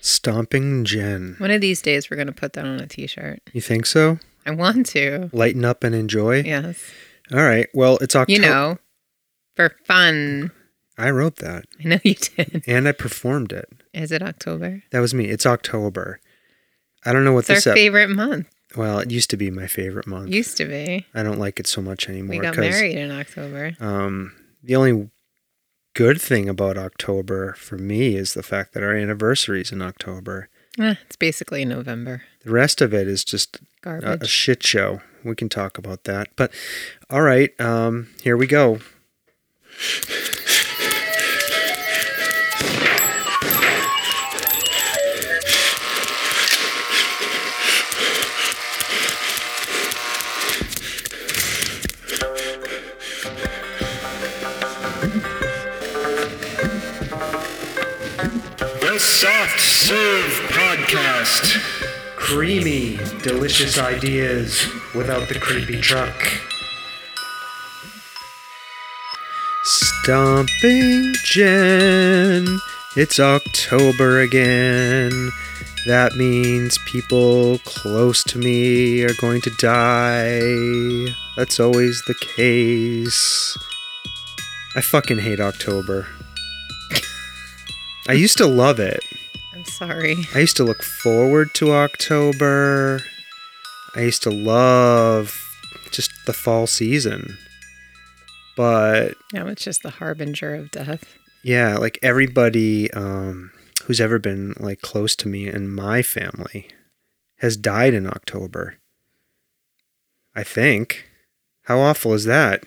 Stomping Jen. One of these days, we're going to put that on a t shirt. You think so? I want to. Lighten up and enjoy? Yes. All right. Well, it's October. You know, for fun. I wrote that I know you did. and I performed it. Is it October? That was me. It's October. I don't know what It's our this up. favorite month. well, it used to be my favorite month. Used to be. I don't like it so much anymore. We got 'cause, married in October. Um, the only good thing about October for me is the fact that our anniversary is in October. Eh, it's basically November. The rest of it is just a, Uh, a Garbage. shit show. We can talk about that. But all right, um, here we go. The Soft Serve Podcast. Creamy, delicious ideas without the creepy truck. Stomping Jen, it's October again. That means people close to me are going to die. That's always the case. I fucking hate October. I used to love it. I'm sorry. I used to look forward to October. I used to love just the fall season. But Now it's just the harbinger of death. yeah, like everybody um, who's ever been like close to me and my family has died in October. I think. How awful is that?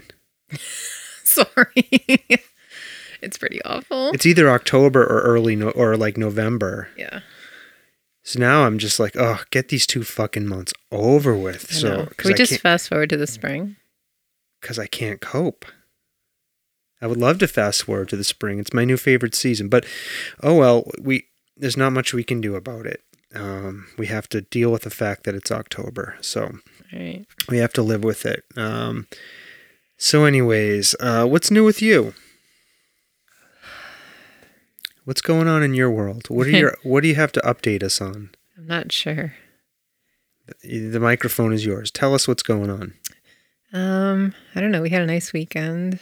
Sorry. it's pretty awful. It's either October or early no- or like November. yeah. So now I'm just like, oh, get these two fucking months over with. I so know. because Can we I just can't- fast forward to the spring? because I can't cope. I would love to fast forward to the spring. It's my new favorite season, but oh well, we there's not much we can do about it. Um, we have to deal with the fact that it's October, so All right. we have to live with it. Um, so, anyways, uh, what's new with you? What's going on in your world? What are your What do you have to update us on? I'm not sure. The microphone is yours. Tell us what's going on. Um, I don't know. We had a nice weekend.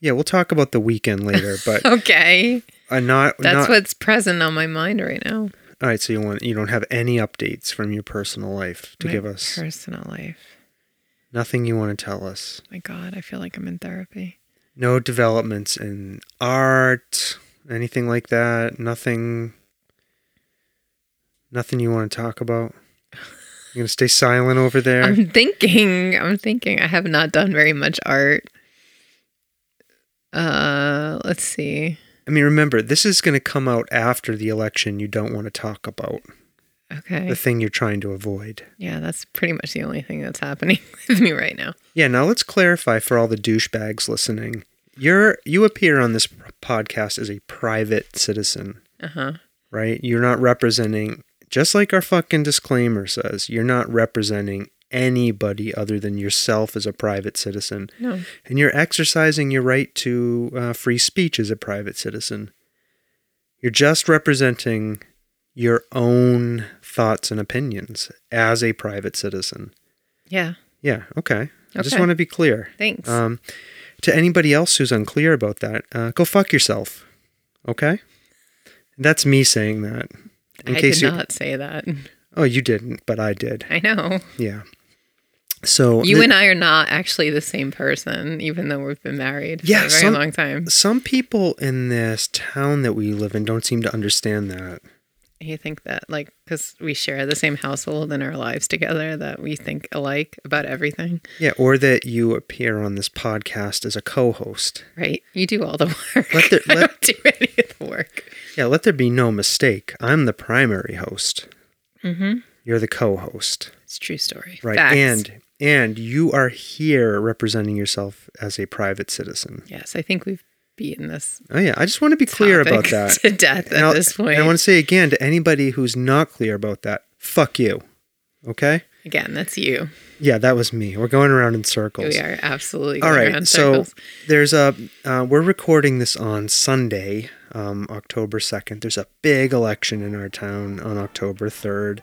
Yeah, we'll talk about the weekend later, but Okay. uh, not not, That's what's present on my mind right now. All right, so you want you don't have any updates from your personal life to My give us. personal life. Nothing you want to tell us. My God, I feel like I'm in therapy. No developments in art, anything like that. Nothing. Nothing you want to talk about. You're gonna stay silent over there. I'm thinking. I'm thinking. I have not done very much art. Uh, let's see. I mean, remember this is gonna come out after the election. You don't want to talk about Okay. the thing you're trying to avoid. Yeah, that's pretty much the only thing that's happening with me right now. Yeah, now let's clarify for all the douchebags listening. You're you appear on this podcast as a private citizen. Uh huh. right? You're not representing, just like our fucking disclaimer says, you're not representing anybody other than yourself as a private citizen. No. And you're exercising your right to uh, free speech as a private citizen. You're just representing your own thoughts and opinions as a private citizen. Yeah. Yeah, okay. I just Okay. want to be clear. Thanks. Um, to anybody else who's unclear about that, uh, go fuck yourself. Okay? That's me saying that. I did not say that. Oh, you didn't, but I did. I know. Yeah. So You th- and I are not actually the same person, even though we've been married Yeah, for a very some- long time. some people in this town that we live in don't seem to understand that. you think that like because we share the same household and our lives together that we think alike about everything Yeah, or that you appear on this podcast as a co-host. right you do all the work Let the- I let- don't do any of the work Yeah, let there be no mistake. I'm the primary host. mm-hmm You're the co-host, it's a true story right? Facts. And and you are here representing yourself as a private citizen. yes i think we've beaten this Oh yeah, I just want to be clear topic about that. to death And at I'll- this point and I want to say again to anybody who's not clear about that, fuck you. Okay? again that's you Yeah, that was me. We're going around in circles. we are absolutely All going right. around So circles. there's a uh, we're recording this on Sunday, um, October second. There's a big election in our town on October third.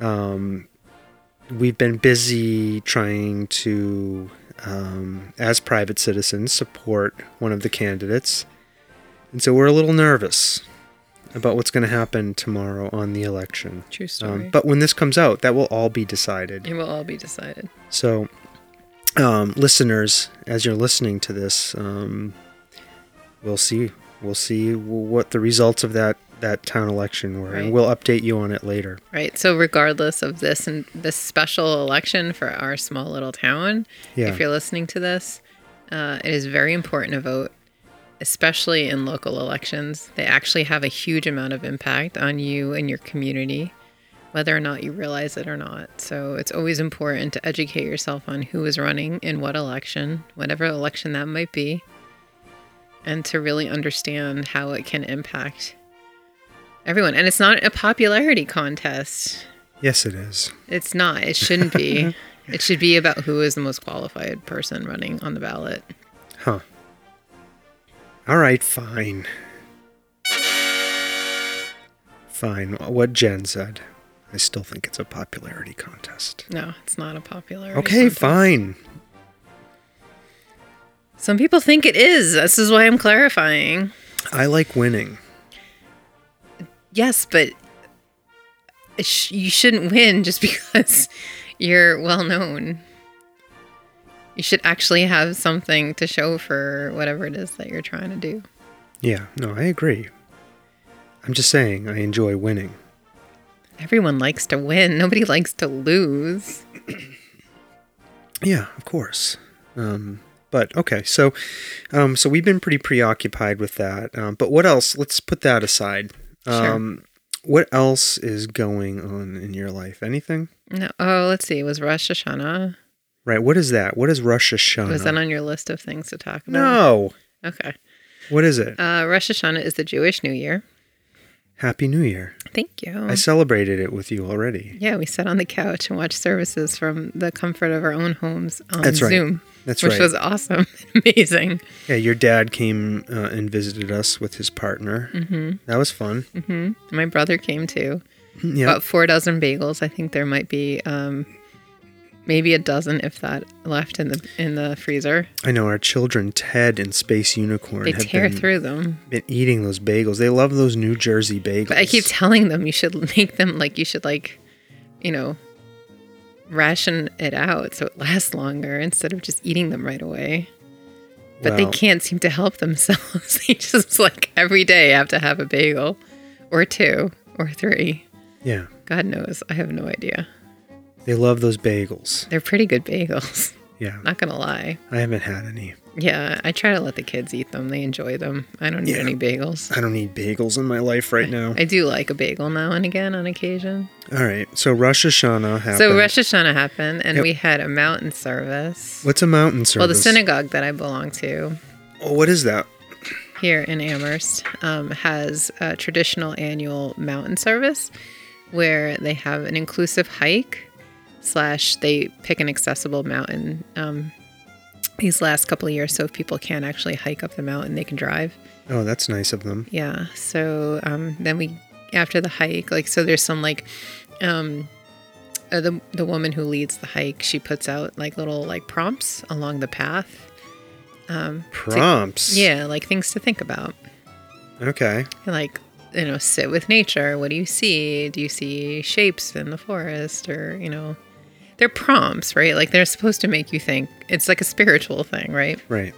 Um, we've been busy trying to, um, as private citizens, support one of the candidates, and so we're a little nervous about what's going to happen tomorrow on the election. true story Um, but when this comes out, that will all be decided. it will all be decided So, um, listeners, as you're listening to this, um, we'll see. We'll see w- what the results of that that town election were, Right. and we'll update you on it later. Right. So regardless of this and this special election for our small little town, Yeah. if you're listening to this, uh, it is very important to vote, especially in local elections. They actually have a huge amount of impact on you and your community, whether or not you realize it or not. So it's always important to educate yourself on who is running in what election, whatever election that might be, and to really understand how it can impact everyone. And it's not a popularity contest. Yes, it is. It's not. It shouldn't be. it should be about who is the most qualified person running on the ballot. Huh. All right. Fine. Fine. What Jen said. I still think it's a popularity contest. No, it's not a popular. Okay, fine. Some people think it is. This is why I'm clarifying. I like winning. Yes, but it sh- you shouldn't win just because you're well known. You should actually have something to show for whatever it is that you're trying to do. Yeah, no, I agree. I'm just saying, I enjoy winning. Everyone likes to win. Nobody likes to lose. Yeah, of course. Um, but okay, so um, so we've been pretty preoccupied with that. Um, but what else? Let's put that aside. Sure. Um, What else is going on in your life? Anything? No. Oh, let's see. It was Rosh Hashanah. Right. What is that? What is Rosh Hashanah? Was that on your list of things to talk about? Oh, no. No. Okay. What is it? Uh, Rosh Hashanah is the Jewish New Year. Happy New Year. Thank you. I celebrated it with you already. yeah, we sat on the couch and watched services from the comfort of our own homes on That's right. Zoom, That's which right. was awesome, amazing. yeah, your dad came uh, and visited us with his partner. Mm-hmm. That was fun. hmm My brother came too. Yeah. About four dozen bagels. I think there might be um, maybe a dozen, if that, left in the in the freezer. I know our children, Ted and Space Unicorn, They have tear been, through them. been eating those bagels. They love those New Jersey bagels. But I keep telling them you should make them like you should like, you know, ration it out so it lasts longer instead of just eating them right away. But they Well, can't seem to help themselves. they just like every day have to have a bagel or two or three. Yeah, God knows. I have no idea. they love those bagels. They're pretty good bagels. Yeah, Not gonna lie. I haven't had any. Yeah, I try to let the kids eat them. They enjoy them. I don't need Yeah. any bagels. I don't need bagels in my life right now. I do like a bagel now and again on occasion. All right, so Rosh Hashanah happened. So Rosh Hashanah happened, and Yep. we had a mountain service. What's a mountain service? Well, the synagogue that I belong to Oh, what is that? here in Amherst um, has a traditional annual mountain service where they have an inclusive hike slash they pick an accessible mountain. Um, these last couple of years, so if people can't actually hike up the mountain, they can drive. Oh, that's nice of them. Yeah. So um, then we, after the hike, like, so there's some like, um, uh, the the woman who leads the hike, she puts out like little like prompts along the path. Um, Prompts. yeah, like things to think about. Okay. Like, you know, sit with nature. What do you see? Do you see shapes in the forest or, you know, they're prompts, right? Like they're supposed to make you think. It's like a spiritual thing, right? Right.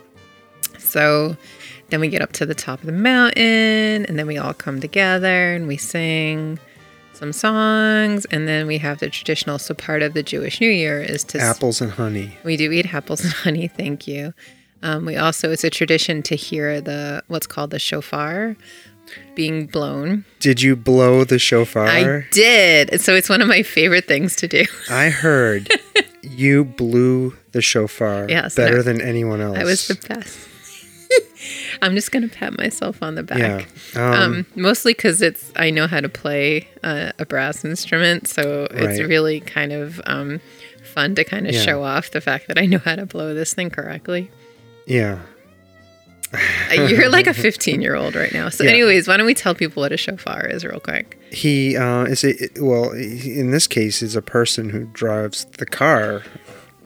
So then we get up to the top of the mountain, and then we all come together and we sing some songs, and then we have the traditional. So part of the Jewish New Year is to s- Apples and honey. we do eat apples and honey. Thank you. Um, we also it's a tradition to hear the what's called the shofar being blown. Did you blow the shofar? I did. So it's one of my favorite things to do. I, heard you blew the shofar Yes, better no. than anyone else. I was the best. I'm just gonna pat myself on the back. yeah. Um, Um, mostly because it's I know how to play uh, a brass instrument, so it's Right. really kind of um, fun to kind of Yeah. show off the fact that I know how to blow this thing correctly. yeah. Uh, You're like a 15 year old right now. So, Yeah. anyways, why don't we tell people what a shofar is real quick? He uh, is a well. In this case, is a person who drives the car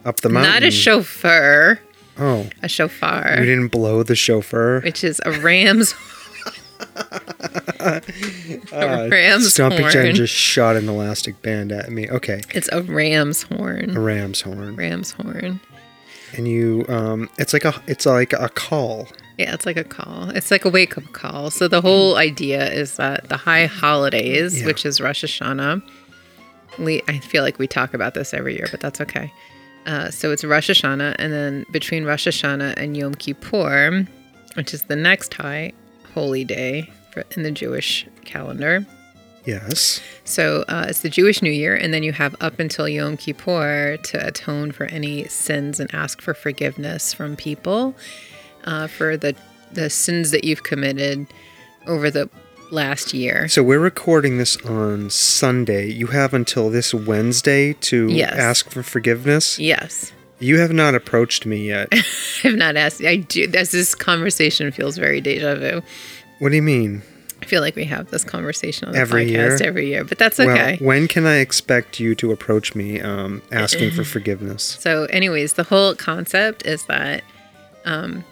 up the mountain. Not a chauffeur, Oh, a you shofar, didn't blow the chauffeur. which is a ram's. a ram's Uh, Stumpy Jen horn. just shot an elastic band at me. Okay, It's a ram's a horn. ram's horn, Ram's horn. and you. Um, it's like a. It's like a call. Yeah, it's like a call. It's like a wake up call. So the whole idea is that the high holidays, Yeah. which is Rosh Hashanah, we I feel like we talk about this every year, but that's okay. Uh, so it's Rosh Hashanah, and then between Rosh Hashanah and Yom Kippur, which is the next high holy day for, in the Jewish calendar. Yes. So uh, it's the Jewish New Year, and then you have up until Yom Kippur to atone for any sins and ask for forgiveness from people uh, for the the sins that you've committed over the last year. So we're recording this on Sunday. You have until this Wednesday to Yes. ask for forgiveness. Yes, You have not approached me yet. I've not asked. I do. This this conversation feels very deja vu. what do you mean? I feel like we have this conversation on the Every podcast year? every year, but that's okay. Well, when can I expect you to approach me um, asking Mm-hmm. for forgiveness? So, anyways, the whole concept is that um,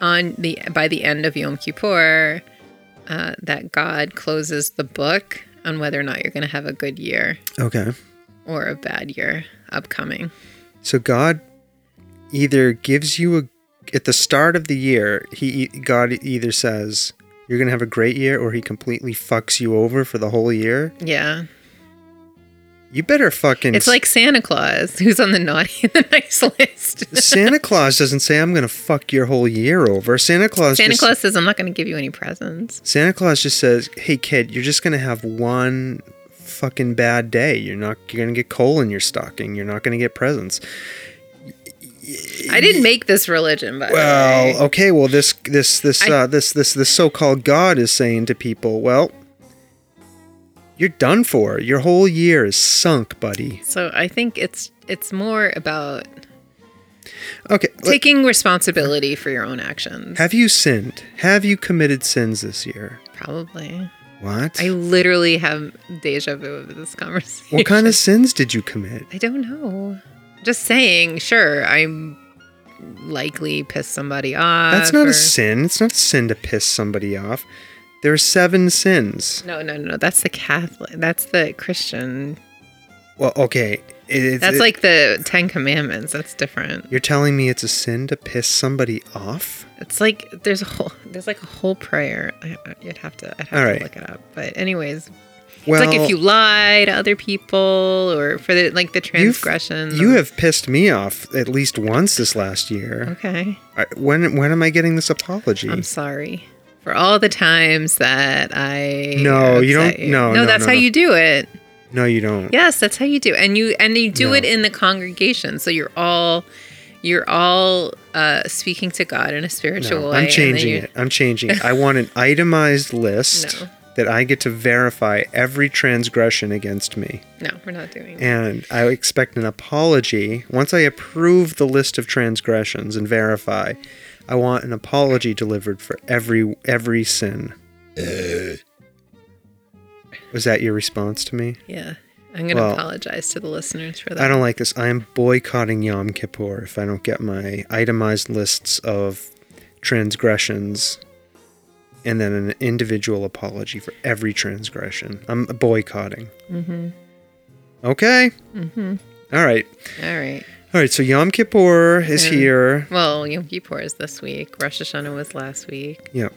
on the by the end of Yom Kippur, uh, that God closes the book on whether or not you're going to have a good year Okay. or a bad year upcoming. So God either gives you a at the start of the year, he e, God either says you're going to have a great year or he completely fucks you over for the whole year. Yeah, You better fucking it's like Santa Claus, who's on the naughty and the nice list. Santa Claus doesn't say I'm going to fuck your whole year over. Santa Claus Santa just, Claus says, "I'm not going to give you any presents." Santa Claus just says, "Hey kid, you're just gonna have one fucking bad day. You're not you're gonna get coal in your stocking. You're not gonna get presents." I didn't make this religion, by the way. Well, uh, okay. Well, this this this I- uh, this this this so-called God is saying to people, "Well, you're done for. Your whole year is sunk, buddy." So I think it's it's more about Okay. let- taking responsibility for your own actions. have you sinned? Have you committed sins this year? Probably. What? I literally have deja vu of this conversation. what kind of sins did you commit? I don't know. Just saying, sure, I'm likely pissed somebody off. That's not or- a sin. It's not a sin to piss somebody off. There are seven sins. No, no, no. That's the Catholic. That's the Christian. Well, okay. It, it's- That's it- like the Ten Commandments. That's different. you're telling me it's a sin to piss somebody off. It's like there's a whole there's like a whole prayer. I, I- you'd have to I'd All have right. to look it up. But anyways, Well, it's like if you lie to other people or for the like the you've- transgression. You have pissed me off at least once this last year. okay. I, when when am I getting this apology? I'm sorry for all the times that I No, you upset don't- no, no no, that's no, how no. you do it no, you don't. yes that's how you do and you and you do No. it in the congregation so you're all you're all uh speaking to God in a spiritual No, way I'm and then changing you- it. I'm changing it. I want an itemized list No. that I get to verify every transgression against me. no we're not doing that. and I expect an apology. Once I approve the list of transgressions and verify, I want an apology delivered for every every sin. Was that your response to me? yeah I'm gonna Well, apologize to the listeners for that I don't like this. I am boycotting Yom Kippur if I don't get my itemized lists of transgressions and then an individual apology for every transgression. I'm boycotting. Mm-hmm. Okay. Mm-hmm. All right. all right All right, so Yom Kippur is Yeah. here. Well, Yom Kippur is this week. Rosh Hashanah was last week. Yep.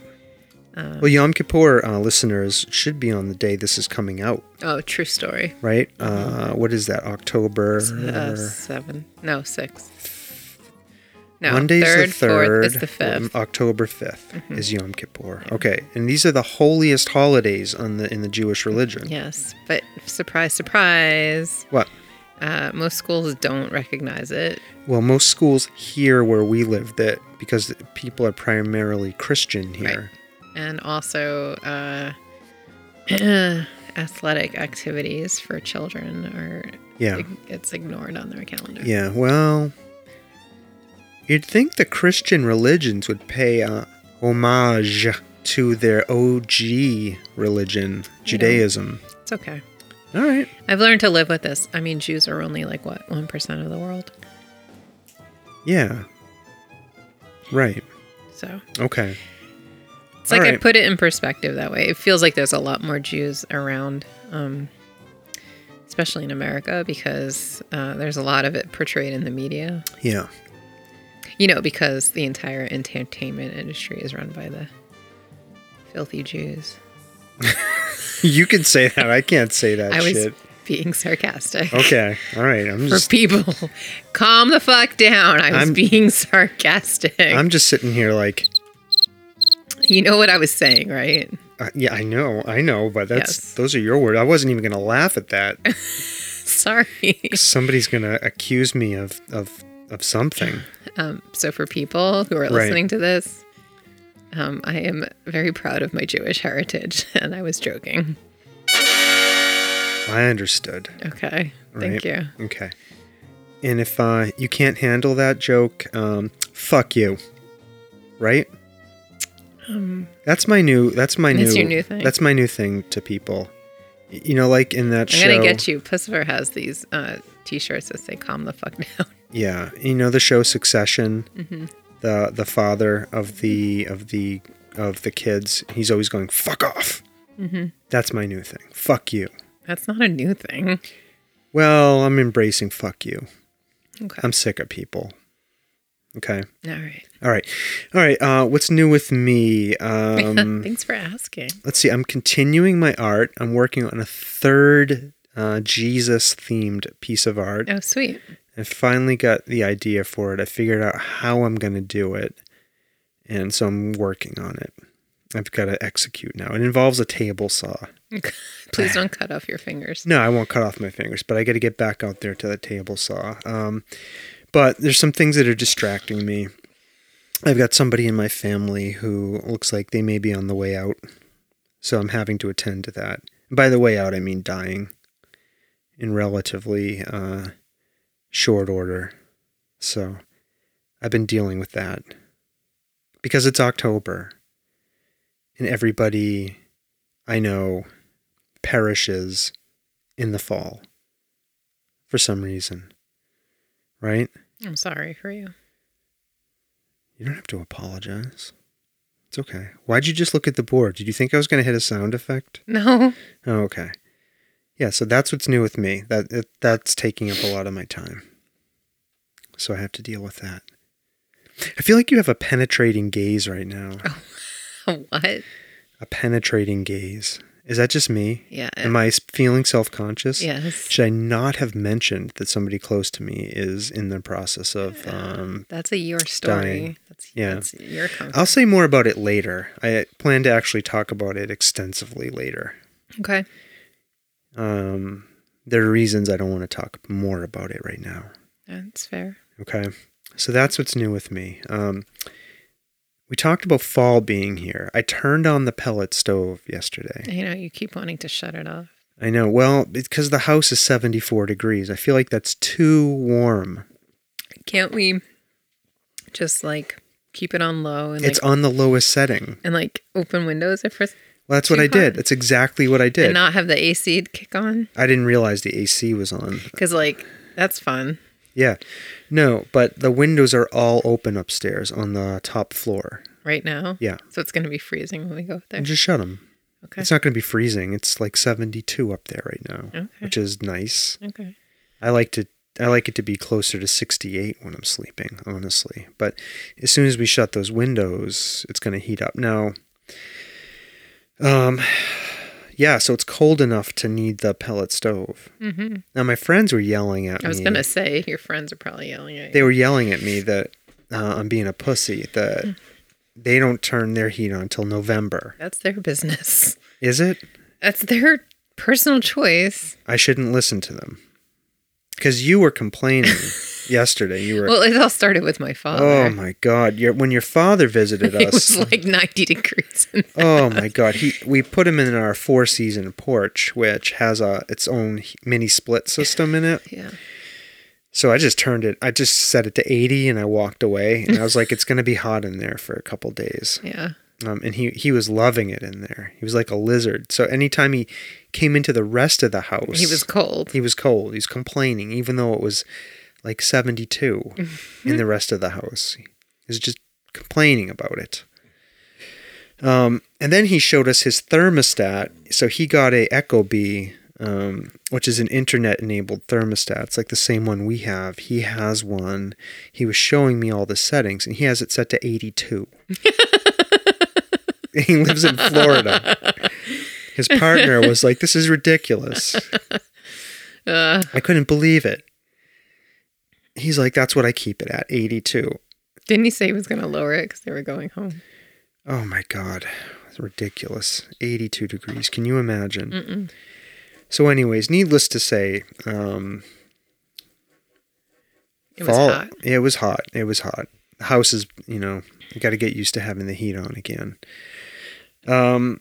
well, Yom Kippur uh, listeners should be on the day this is coming out, Oh, true story. right? Uh, what is that? October. Uh, seven. No, six. No, Monday's third, the third. fourth is the um, fifth. Mm-hmm. October 5th is Yom Kippur. Okay, and these are the holiest holidays on the in the Mm, Jewish religion. Yes, but surprise, surprise. What? Uh, most schools don't recognize it. Well, most schools here where we live that because people are primarily Christian here. and also uh, athletic activities for children are Yeah. it's ignored on their calendar. Yeah, well, you'd think the Christian religions would pay uh, homage to their OG religion, Judaism. It's okay. All right. I've learned to live with this. I mean, Jews are only like what one percent of the world, Yeah. Right. so Okay. it's like All I right. put it in perspective that way. It feels like there's a lot more Jews around, um, especially in America, because uh, there's a lot of it portrayed in the media. Yeah. You know, because the entire entertainment industry is run by the filthy Jews. You can say that. I can't say that I was shit. being sarcastic. Okay. All right. I'm For just people, calm the fuck down. I was I'm- being sarcastic. I'm just sitting here like you know what I was saying, right? uh, yeah, I know. I know, but that's Yes. those are your words. I wasn't even going to laugh at that. Sorry. Somebody's going to accuse me of of of something. Um, so, for people who are listening to this, um, I am very proud of my Jewish heritage, and I was joking. I understood. Okay. Right. Thank you. Okay. And if uh, you can't handle that joke, um, fuck you. Right? that's my new. That's my Um, That's new. your new thing? That's my new thing to people. Y- You know, like in that I'm show. going to get you. Pussifer has these uh, t shirts that say calm the fuck down. Yeah, you know the show Succession. The the father of the of the of the kids, he's always going fuck off. That's my new thing. Fuck you. That's not a new thing. Well, I'm embracing fuck you. Okay. I'm sick of people. Okay. All right. All right. All right. Uh, what's new with me? Um, Thanks for asking. let's see. I'm continuing my art. I'm working on a third uh, Jesus themed piece of art. Oh, sweet. I finally got the idea for it. I figured out how I'm going to do it. And so I'm working on it. I've got to execute now. It involves a table saw. Please don't cut off your fingers. No, I won't cut off my fingers, but I got to get back out there to the table saw. Um, but there's some things that are distracting me. I've got somebody in my family who looks like they may be on the way out, so I'm having to attend to that. By the way out, I mean dying in relatively uh, short order. So I've been dealing with that because it's October and everybody I know perishes in the fall for some reason. Right? I'm sorry for you. You don't have to apologize. It's okay. Why'd you just look at the board? Did you think I was going to hit a sound effect? No. Oh, okay. Yeah, so that's what's new with me. That it, that's taking up a lot of my time. So I have to deal with that. I feel like you have a penetrating gaze right now. what? A penetrating gaze. Is that just me? Yeah. Am I s- feeling self-conscious? yes. Should I not have mentioned that somebody close to me is in the process of? Um, That's a your story. dying. That's, Yeah. Oh. that's your comfort. I'll say more about it later. I plan to actually talk about it extensively later. okay. Um, there are reasons I don't want to talk more about it right now. That's fair. Okay, so that's what's new with me. Um, we talked about fall being here. I turned on the pellet stove yesterday. You know, you keep wanting to shut it off. I know. Well, because the house is 74 degrees, I feel like that's too warm. Can't we just like keep it on low and like, It's on the lowest setting. and like open windows if for, Well, that's what Too I did. hot. That's exactly what I did. and not have the AC kick on? I didn't realize the AC was on. Because like that's fun. Yeah. No, but the windows are all open upstairs on the top floor. Right now, Yeah. so it's gonna be freezing when we go up there. And just shut them. Okay. It's not going to be freezing. It's like 72 up there right now, Okay. which is nice. Okay. I like to I like it to be closer to 68 when I'm sleeping, honestly. But as soon as we shut those windows, it's going to heat up. Now, um, yeah, so it's cold enough to need the pellet stove. Mm-hmm. Now, my friends were yelling at me. I was gonna say your friends are probably yelling at you. They were yelling at me that uh, I'm being a pussy, Hmm. that they don't turn their heat on till November. That's their business. Is it? That's their personal choice. I shouldn't listen to them. Because you were complaining yesterday. You were, Well, it all started with my father. oh my God. Your, when your father visited it was us, like 90 degrees. In oh my God. He, we put him in our four season porch, which has a its own mini split system in it. yeah. So I just turned it, I just set it to 80 and I walked away. And I was like, it's going to be hot in there for a couple days. Yeah. Um, and he, he was loving it in there. He was like a lizard. So anytime he came into the rest of the house, He was cold. he was cold. He was complaining, even though it was like 72 in the rest of the house. He was just complaining about it. Um, and then he showed us his thermostat. So he got a Echo Bee, um, which is an internet-enabled thermostat. It's like the same one we have. He has one. He was showing me all the settings, and he has it set to 82. he lives in Florida. His partner was like, "This is ridiculous." Uh, I couldn't believe it. He's like, that's what I keep it at, 82. didn't he say he was gonna lower it because they were going home? Oh my God. It's ridiculous. 82 degrees. Can you imagine? Mm-mm. So, anyways, needless to say, um, It was fall- hot. It was hot. It was hot. The house is, you know, you got to get used to having the heat on again. Um,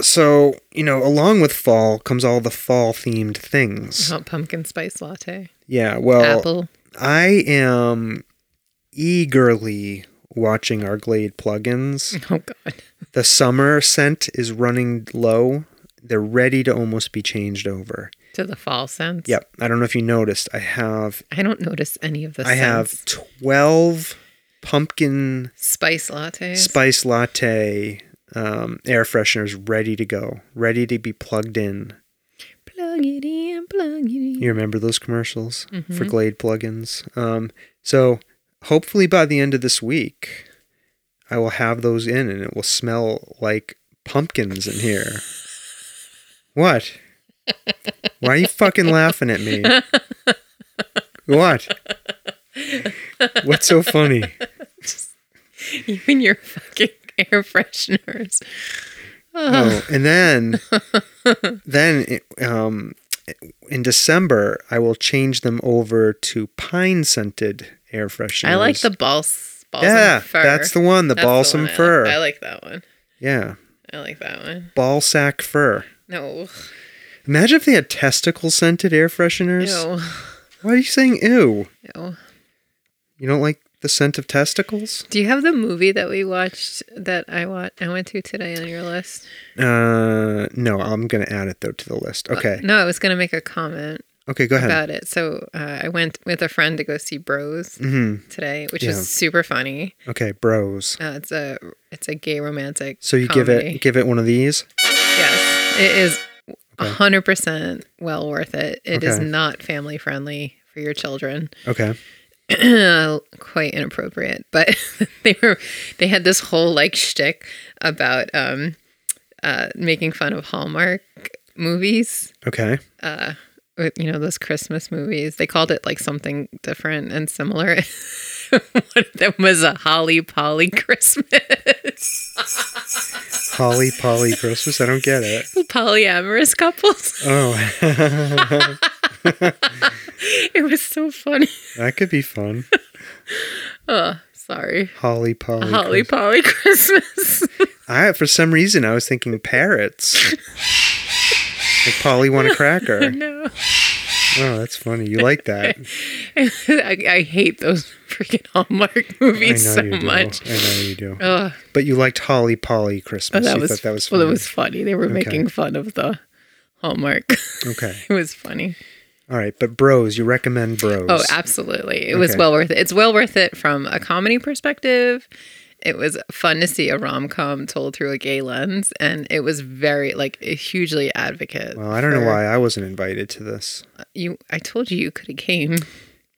so, you know, along with fall comes all the fall themed things. Hot pumpkin spice latte. Yeah. Well, Uh-huh. Apple. I am eagerly watching our Glade plugins. Oh God. The summer scent is running low. They're ready to almost be changed over. To the fall sense. Yep. I don't know if you noticed. I have I don't notice any of the. I have scents. 12 pumpkin spice lattes. spice latte um, air fresheners ready to go, ready to be plugged in. plug it in. Plug it in. You remember those commercials Mm-hmm. for Glade plugins? Um, so hopefully by the end of this week, I will have those in and it will smell like pumpkins in here. What? Why are you fucking laughing at me? What? What's so funny? You and your fucking air fresheners. Oh, and then, then it, um, in December, I will change them over to pine scented air fresheners. I like the bals- balsam yeah, fur. that's the one, the That's balsam one I like. fir. I like that one. yeah, I like that one. balsack fir. No, Imagine if they had testicle scented air fresheners. no, Why are you saying ew? no. You don't like the scent of testicles? Do you have the movie that we watched that I wa- I went to today on your list? Uh, no, I'm gonna add it though to the list. Uh, Okay, Uh-huh. No, I was gonna make a comment okay, go ahead. about it. So uh, I went with a friend to go see Bros hmm today, which Yeah. is super funny. Okay, bros. Uh, it's a it's a gay romantic. So you give comedy. it give it one of these. Yes, it is a Okay. 100% well worth it. It is Okay. not family friendly for your children. Okay. Quite inappropriate, but they were they had this whole like shtick about um uh making fun of Hallmark movies. Okay. Uh with, you know those Christmas movies. They called it like something different and similar. One of them was a Holly Polly Christmas. Holly Polly Christmas. I don't get it. Polyamorous couples. Oh, It was so funny. that could be fun. Sorry. Holly Polly. Holly Polly Christmas. Christ- I for some reason I was thinking parrots. like Polly want a cracker. no. Oh, that's funny. You like that? I, I hate those freaking Hallmark movies so you do. much. I know you do. Ugh, But you liked Holly Polly but Christmas. Oh, that you was, thought that was well, funny. that was funny. They were making fun of the Hallmark. okay. it was funny. All right, but Bros, you recommend Bros? Oh, absolutely. It was Okay. well worth it. It's well worth it from a comedy perspective It was fun to see a rom com told through a gay lens, and it was very like hugely advocate. Well, I don't know for- why I wasn't invited to this. you. I told you you could have came.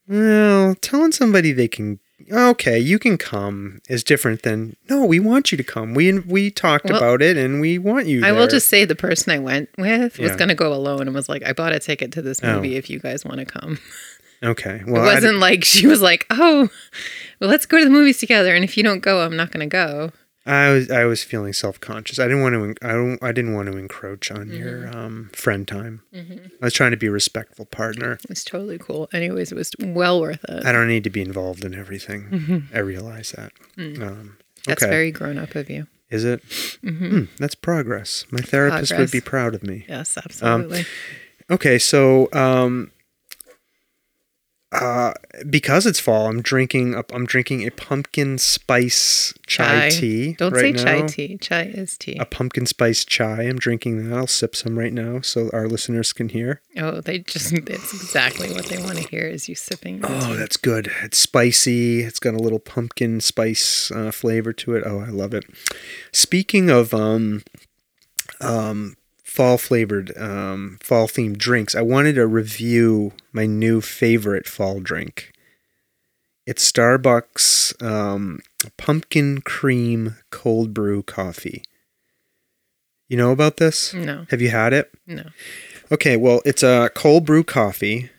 Well, telling somebody they can okay, you can come is different than no, we want you to come. We we talked Well, about it and we want you. I will there." just say the person I went with was Yeah. going to go alone and was like, "I bought a ticket to this Oh. movie. If you guys want to come." okay. Well, it I- wasn't like she was like, "Oh, well, let's go to the movies together, and if you don't go, I'm not going to go." I, was I was feeling self conscious. I didn't want to. en- I don't. I didn't want to encroach on your Mm-hmm. um, friend time. I was trying to be a respectful partner. It was totally cool. Anyways, it was well worth it. I don't need to be involved in everything. Mm-hmm. I realize that. Mm. Um, That's okay. very grown up of you. Is it? Mm-hmm. Hmm, that's progress. My therapist would be proud of me. Yes, absolutely. Okay, so um, uh, because it's fall, I'm drinking. A, I'm drinking a pumpkin spice chai, tea. Don't right say chai now. tea. Chai is tea. A pumpkin spice chai. I'm drinking that. I'll sip some right now, so our listeners can hear. oh, they just that's exactly what they want to hear is you sipping. Oh, that's good. It's spicy. It's got a little pumpkin spice uh, flavor to it. Oh, I love it. Speaking of um, um, fall flavored, um, fall themed drinks, I wanted to review my new favorite fall drink. It's Starbucks um, pumpkin cream cold brew coffee. You know about this? No, Have you had it? no. Okay, well, it's a cold brew coffee.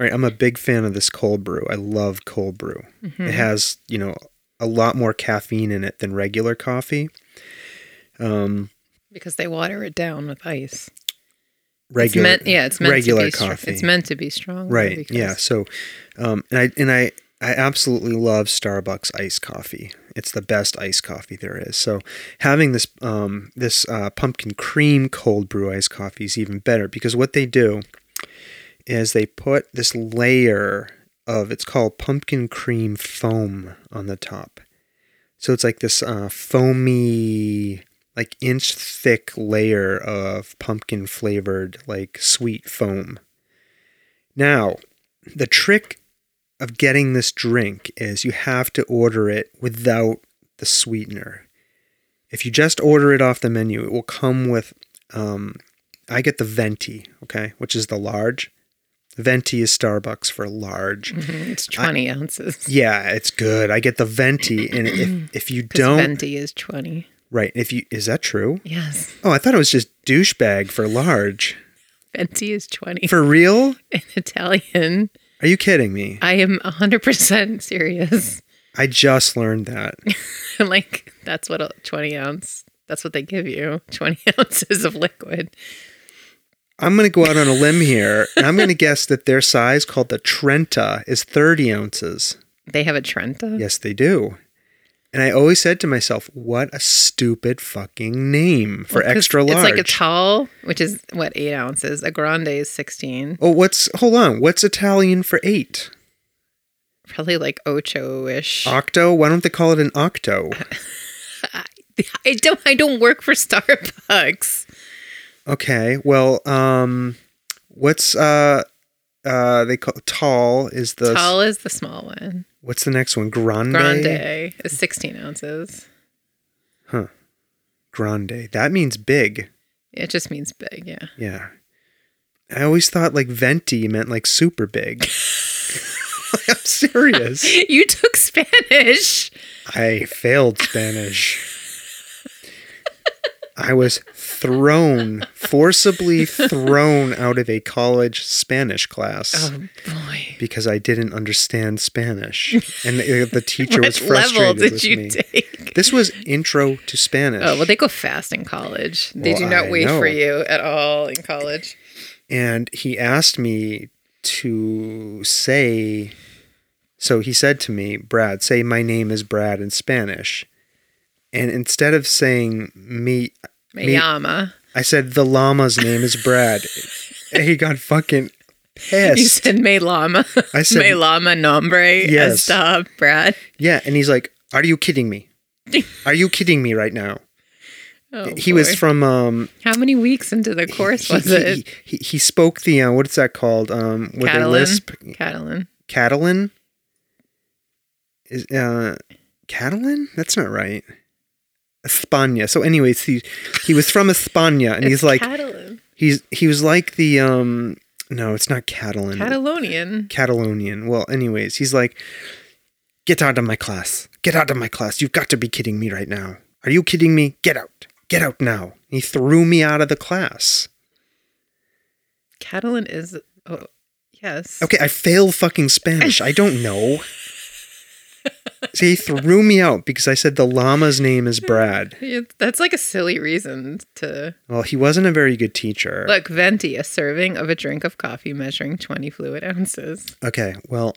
All right, I'm a big fan of this cold brew. I love cold brew. Mm-hmm. It has, you know, a lot more caffeine in it than regular coffee. Um, Because they water it down with ice. It's regular, meant, yeah, it's meant regular to be str- coffee. It's meant to be strong. right? because- Yeah. So, um, and I and I I absolutely love Starbucks iced coffee. It's the best iced coffee there is. So having this um, this uh, pumpkin cream cold brew iced coffee is even better because what they do is they put this layer of it's called pumpkin cream foam on the top. So it's like this uh, foamy, like inch thick layer of pumpkin flavored, like sweet foam. Now, the trick of getting this drink is you have to order it without the sweetener. If you just order it off the menu, it will come with. Um, I get the venti, okay, which is the large. Venti is Starbucks for large. Mhm, It's 20 ounces. Yeah, it's good. I get the venti, and if if you Because don't, venti is 20. right? If you is that true? Yes. Oh, I thought it was just douchebag for large. Venti is 20. For real? In Italian, Are you kidding me? I am 100% serious. I just learned that. I'm like, that's what a 20 ounce, that's what they give you 20 ounces of liquid. I'm going to go out on a limb here, and I'm going to guess that their size, called the Trenta, is 30 ounces. They have a Trenta. Yes, they do. And I always said to myself, "What a stupid fucking name for 'Cause extra large." It's like a tall, which is what, eight ounces. A grande is 16. oh, what's hold on? What's Italian for eight? Probably like Ocho ish. Octo? Why don't they call it an octo? I don't I don't work for Starbucks. Okay. Well, um, what's uh, uh, they call tall is the Tall is the small one. what's the next one? Grande. Grande is 16 ounces. Grande. That means big. It just means big, yeah. Yeah. I always thought like venti meant like super big. I'm serious. You took Spanish. I failed Spanish. I was thrown, forcibly thrown out of a college Spanish class. Oh boy. because I didn't understand Spanish, and the, the teacher was What frustrated level did with you me. take? This was intro to Spanish, Oh well, they go fast in college. They Well, do not I wait for know. you at all in college. and he asked me to say. So he said to me, "Brad, say my name is Brad in Spanish," and instead of saying me, Me- Mayama. I said the llama's name is Brad. and he got fucking You pissed. said May Llama. I said- May Llama nombre. Yes. Stop, Brad. yeah, and he's like, "Are you kidding me? Are you kidding me right now?" Oh, he was boy. from um, How many weeks into the course was he, it? He, he, he spoke the uh, what's that called? Um, with a Catalan. lisp, Catalan. Catalan. Is uh, Catalan? That's not right. España. So, anyways, he he was from España, and he's like Catalan, he's he was like the um no, it's not Catalan. Catalonian. Catalonian. Well, anyways, he's like, get out of my class. Get out of my class. You've got to be kidding me right now. Are you kidding me? Get out. Get out now. He threw me out of the class. Catalan is oh yes. Okay, I fail fucking Spanish. I don't know. See, he threw me out because I said the llama's name is Brad. It- That's like a silly reason to Well, he wasn't a very good teacher. look. Venti, a serving of a drink of coffee measuring twenty fluid ounces. Okay, well,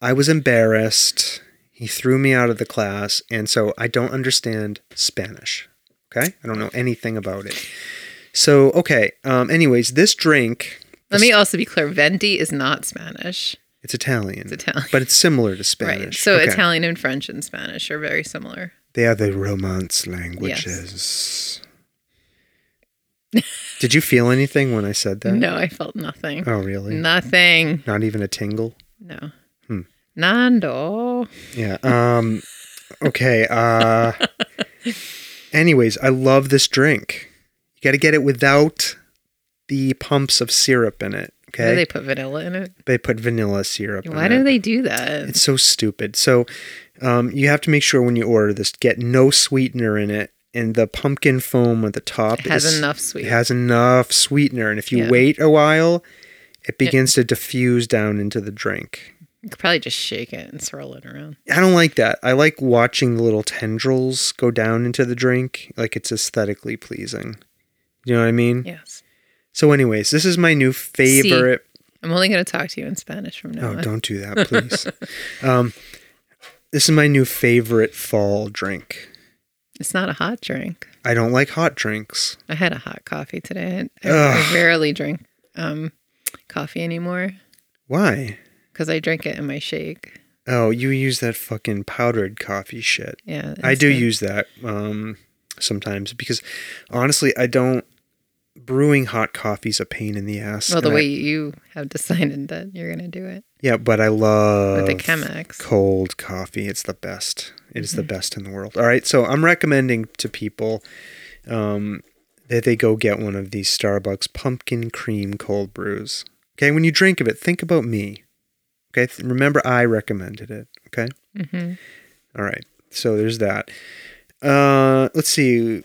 I was embarrassed. He threw me out of the class, and so I don't understand Spanish. Okay, I don't know anything about it. So, okay. Um, anyways, this drink Let me also be clear. Venti is not Spanish. it's Italian, It's Italian. but it's similar to Spanish. Right. So Okay. Italian and French and Spanish are very similar. They are the Romance languages. Did you feel anything when I said that? No, I felt nothing. Oh, really? Hmm. Nothing. Not even a tingle. No. Nando. Yeah. Um okay. Uh anyways, I love this drink. You gotta get it without the pumps of syrup in it. Why Okay. do They, they put vanilla in it? put vanilla syrup Why in do it. they do that? It's so stupid. So um you have to make sure when you order this, get no sweetener in it. And the pumpkin foam at the top It has is- enough sweet. It has enough sweetener. And if you Yeah. wait a while, it begins to diffuse down into the drink. You could probably just shake it and swirl it around. I don't like that. I like watching the little tendrils go down into the drink. Like it's aesthetically pleasing. You know what I mean? Yes. So, anyways, this is my new favorite. I'm only going to talk to you in Spanish from now Oh, on. don't do that, please. um, this is my new favorite fall drink. It's not a hot drink. I don't like hot drinks. I had a hot coffee today. I, Ugh. I rarely drink um, coffee anymore Why? because I drink it in my shake. Oh, you use that fucking powdered coffee shit. Yeah. I do instead. use that um, sometimes because honestly, I don't. Brewing hot coffee's a pain in the ass. Well, the and I- way you have decided that you're going to do it Yeah, but I love with the Chemex. cold coffee. It's the best. It is the best in the world. All right, so I'm recommending to people um, that they go get one of these Starbucks pumpkin cream cold brews. Okay, when you drink of it, think about me. Okay, Th- remember I recommended it. Okay, Mhm. all right. So there's that. Uh, let's see.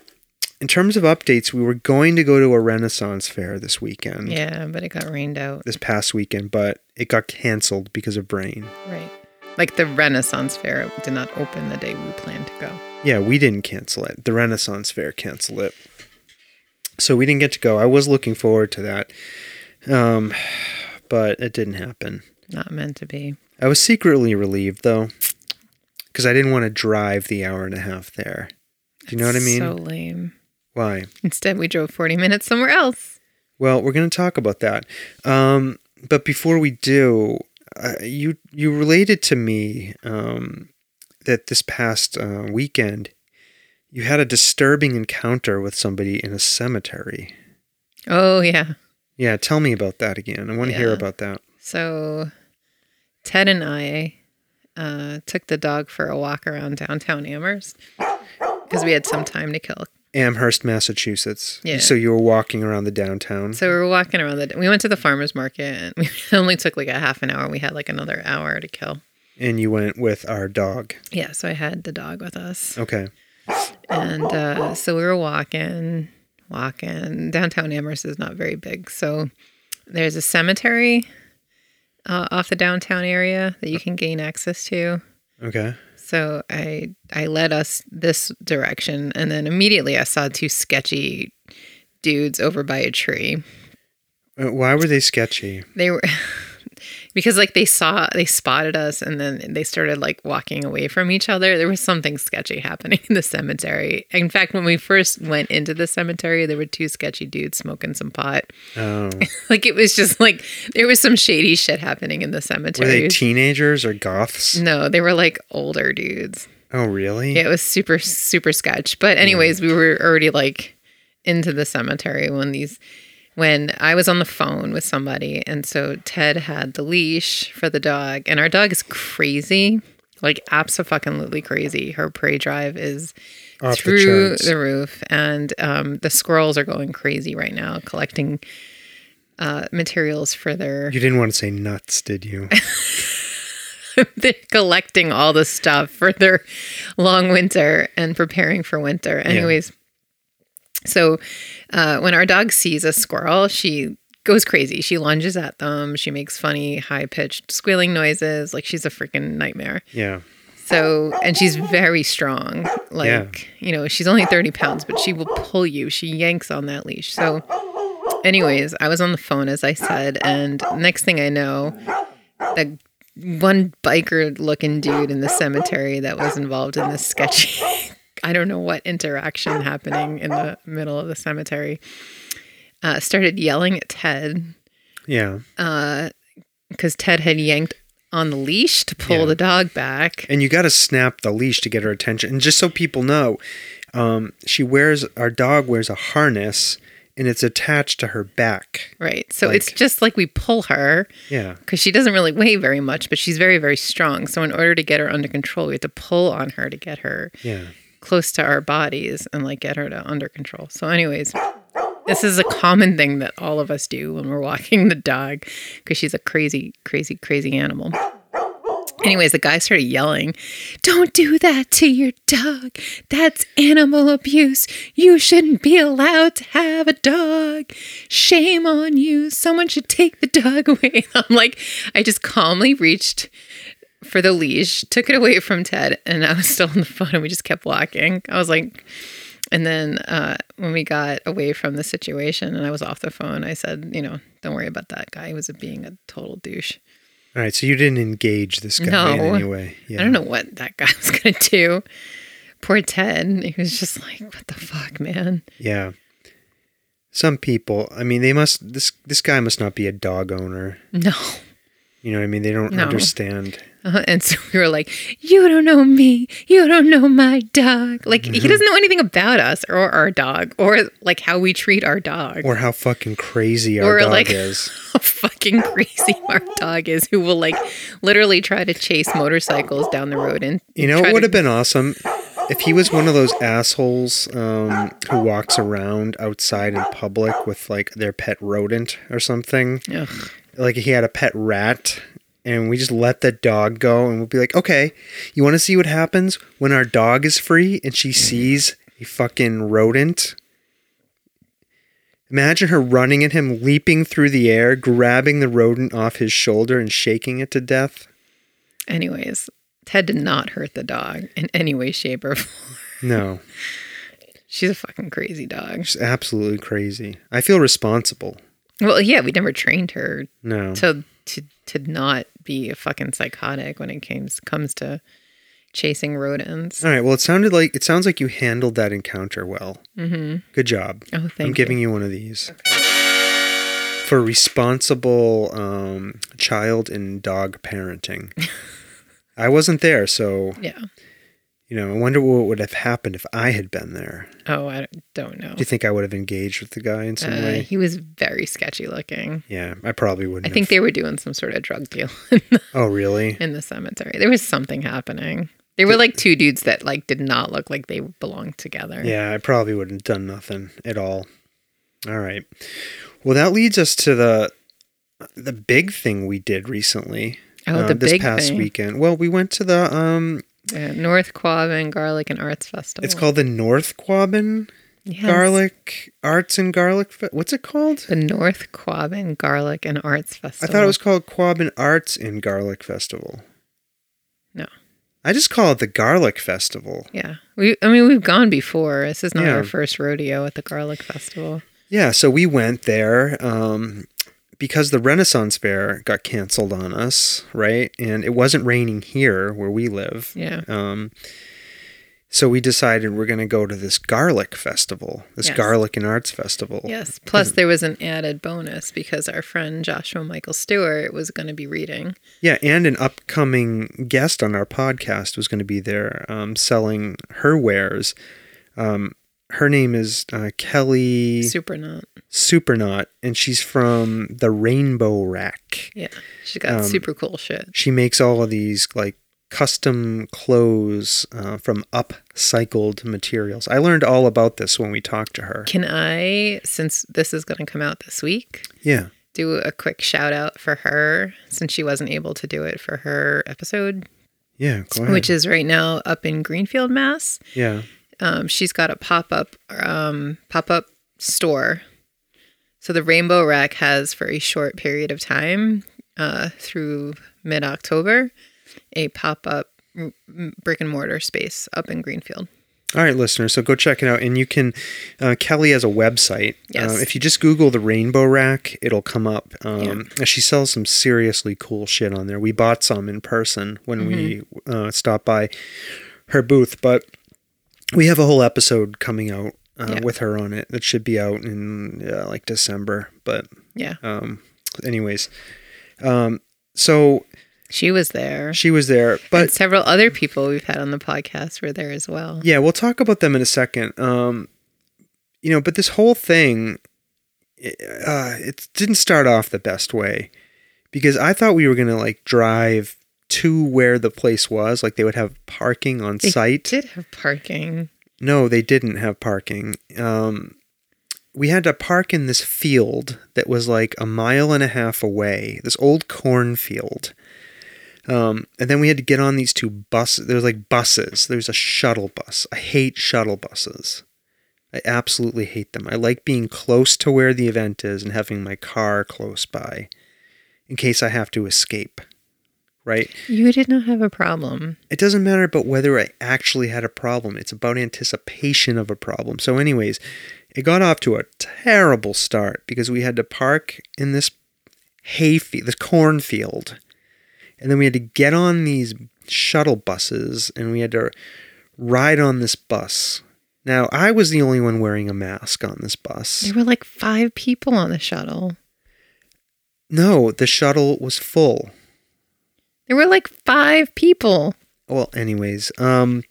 In terms of updates, we were going to go to a Renaissance fair this weekend, Yeah, but it got rained out. this past weekend, but it got canceled because of rain. Right. Like the Renaissance Fair did not open the day we planned to go. Yeah, we didn't cancel it. The Renaissance Fair canceled it. So we didn't get to go. I was looking forward to that. Um, but it didn't happen. Not meant to be. I was secretly relieved though, because I didn't want to drive the hour and a half there. Do you know what I mean? So lame. Why? Instead, we drove 40 minutes somewhere else. Well, we're going to talk about that. Um, but before we do, uh, you you related to me um, that this past uh, weekend you had a disturbing encounter with somebody in a cemetery. Oh, yeah. Yeah, tell me about that again. I want to hear Yeah. about that. So Ted and I uh, took the dog for a walk around downtown Amherst because we had some time to kill. Amherst, Massachusetts. Yeah. So you were walking around the downtown. So we were walking around the. We went to the farmer's market and we only took like a half an hour. We had like another hour to kill. and you went with our dog. Yeah. So I had the dog with us. Okay. And uh, so we were walking, walking. Downtown Amherst is not very big. So there's a cemetery uh, off the downtown area that you can gain access to. Okay. So I I led us this direction and then immediately I saw two sketchy dudes over by a tree. Uh, why were they sketchy? They were because like they saw they spotted us and then they started like walking away from each other. There was something sketchy happening in the cemetery. In fact, when we first went into the cemetery, there were two sketchy dudes smoking some pot. Oh. Like it was just like there was some shady shit happening in the Were cemetery. they teenagers or goths? no, they were like older dudes. Oh, really? Yeah, Mm. it was super super sketch. But anyways, we were already like into the cemetery when these when I was on the phone with somebody and so Ted had the leash for the dog and our dog is crazy. Like absolutely crazy. Her prey drive is Off the through charts. the, roof, and um, the squirrels are going crazy right now, collecting uh, materials for their. You didn't want to say nuts, did you? they're collecting all the stuff for their long winter and preparing for winter. Anyways, so uh, when our dog sees a squirrel, she goes crazy. She lunges at them. She makes funny, high pitched squealing noises. Like she's a freaking nightmare. Yeah. So, and she's very strong. Like, you know, she's only 30 pounds, but she will pull you. She yanks on that leash. So, anyways, I was on the phone, as I said, and next thing I know, the one biker looking dude in the cemetery that was involved in this sketchy, I don't know what interaction happening in the middle of the cemetery, uh, started yelling at Ted Yeah. because Ted had yanked on the leash to pull Yeah. the dog back. And you got to snap the leash to get her attention. And just so people know, um, she wears, our dog wears a harness and it's attached to her back. Right. So it's Like- just like we pull her Yeah. because she doesn't really weigh very much, but she's very, very strong. So in order to get her under control, we have to pull on her to get her Yeah. close to our bodies and like get her to under control. So, anyways, this is a common thing that all of us do when we're walking the dog because she's a crazy, crazy, crazy animal. Anyways, the guy started yelling, Don't do that to your dog. That's animal abuse. You shouldn't be allowed to have a dog. Shame on you. Someone should take the dog away. And I'm like, I just calmly reached for the leash, took it away from Ted, and I was still on the phone and we just kept walking. I was like, and then uh, when we got away from the situation and I was off the phone, I said, you know, don't worry about that guy. He was being a total douche. All right. So you didn't engage this guy in No. any way. Yeah. I don't know what that guy was going to do. Poor Ted. He was just like, what the fuck, man? Yeah. Some people, I mean, they must, this, this guy must not be a dog owner. No. You know what I mean? They don't No. understand. Uh, and so we were like, you don't know me. You don't know my dog. Like, he doesn't know anything about us or our dog or like how we treat our dog. Or how fucking crazy our Or, dog like- is. how fucking crazy our dog is who will like literally try to chase motorcycles down the road and You know, try it to- would have been awesome if he was one of those assholes um, who walks around outside in public with like their pet rodent or something. Ugh. Like he had a pet rat, and we just let the dog go, and we'll be like, okay, you want to see what happens when our dog is free and she sees a fucking rodent? Imagine her running at him, leaping through the air, grabbing the rodent off his shoulder and shaking it to death. anyways ted did not hurt the dog in any way shape or form No. she's a fucking crazy dog She's absolutely crazy. I feel responsible. well yeah we never trained her No. to to to not be a fucking psychotic when it comes comes to chasing rodents All right. Well, it sounded like it sounds like you handled that encounter well. Mm-hmm. Good job. Oh, thank I'm you. giving you one of these for responsible um, child and dog parenting. I wasn't there, so yeah you know. I wonder what would have happened if I had been there. oh i don't know Do you think I would have engaged with the guy in some uh, way? he was very sketchy looking Yeah, I probably wouldn't. i think they were doing some sort of drug deal in the Oh, really? in the cemetery. There was something happening. There were like two dudes that like did not look like they belonged together. Yeah, I probably wouldn't have done nothing at all. All right. Well, that leads us to the the big thing we did recently. Oh, uh, the this big past thing. weekend. Well, we went to the um Yeah, North Quabbin Garlic and Arts Festival. it's called the North Quabbin Oh. Yes. Garlic Arts and Garlic Fe- What's it called? The North Quabbin Garlic and Arts I Festival. thought it was called Quabbin Arts and Garlic Festival. no. I just call it the Garlic Festival. Yeah, we. I mean, we've gone before. This is not Yeah. our first rodeo at the Garlic Festival. Yeah, so we went there um, because the Renaissance Fair got canceled on us, right? And it wasn't raining here where we live. Yeah. Um, so we decided we're going to go to this garlic festival, this Yes. garlic and arts festival. Yes. Plus, there was an added bonus because our friend Joshua Michael Stewart was going to be reading. Yeah, and an upcoming guest on our podcast was going to be there um, selling her wares. Um, her name is uh, Kelly Super not. Supernaut, and she's from the Rainbow Rack. Um, Yeah, she got super cool shit. she makes all of these like custom clothes uh, from upcycled materials. I learned all about this when we talked to her. Can I, since this is going to come out this week, Yeah. do a quick shout out for her since she wasn't able to do it for her episode, Yeah. Go ahead. which is right now up in Greenfield, Mass. yeah. Um, she's got a pop up um, pop up store. So the Rainbow Rack has for a short period of time uh, through mid October a pop up brick and mortar space up in Greenfield. All right, listeners. So go check it out. And you can, uh, Kelly has a website. Yes. Uh, if you just Google the Rainbow Rack, it'll come up. Um, She sells some seriously cool shit on there. We bought some in person when we Mm-hmm. uh, stopped by her booth, but we have a whole episode coming out uh, Yeah. with her on it that should be out in uh, like December. But, Yeah, um, anyways, um, so she was there. she was there, But but several other people we've had on the podcast were there as well. Yeah, we'll talk about them in a second. Um, you know, but this whole thing, uh, it didn't start off the best way because I thought we were gonna like drive to where the place was, like they would have parking on They site. did have parking. No, they didn't have parking. Um, we had to park in this field that was like a mile and a half away, this old cornfield. Um, and then we had to get on these two buses. There was like buses. There was a shuttle bus. I hate shuttle buses. I absolutely hate them. I like being close to where the event is and having my car close by in case I have to escape. Right? You did not have a problem. It doesn't matter about whether I actually had a problem. It's about anticipation of a problem. So, anyways, it got off to a terrible start because we had to park in this hayfield, this cornfield, and then we had to get on these shuttle buses and we had to ride on this bus. Now, I was the only one wearing a mask on this bus. There were like five people on the shuttle. No, the shuttle was full. There were like five people. well anyways um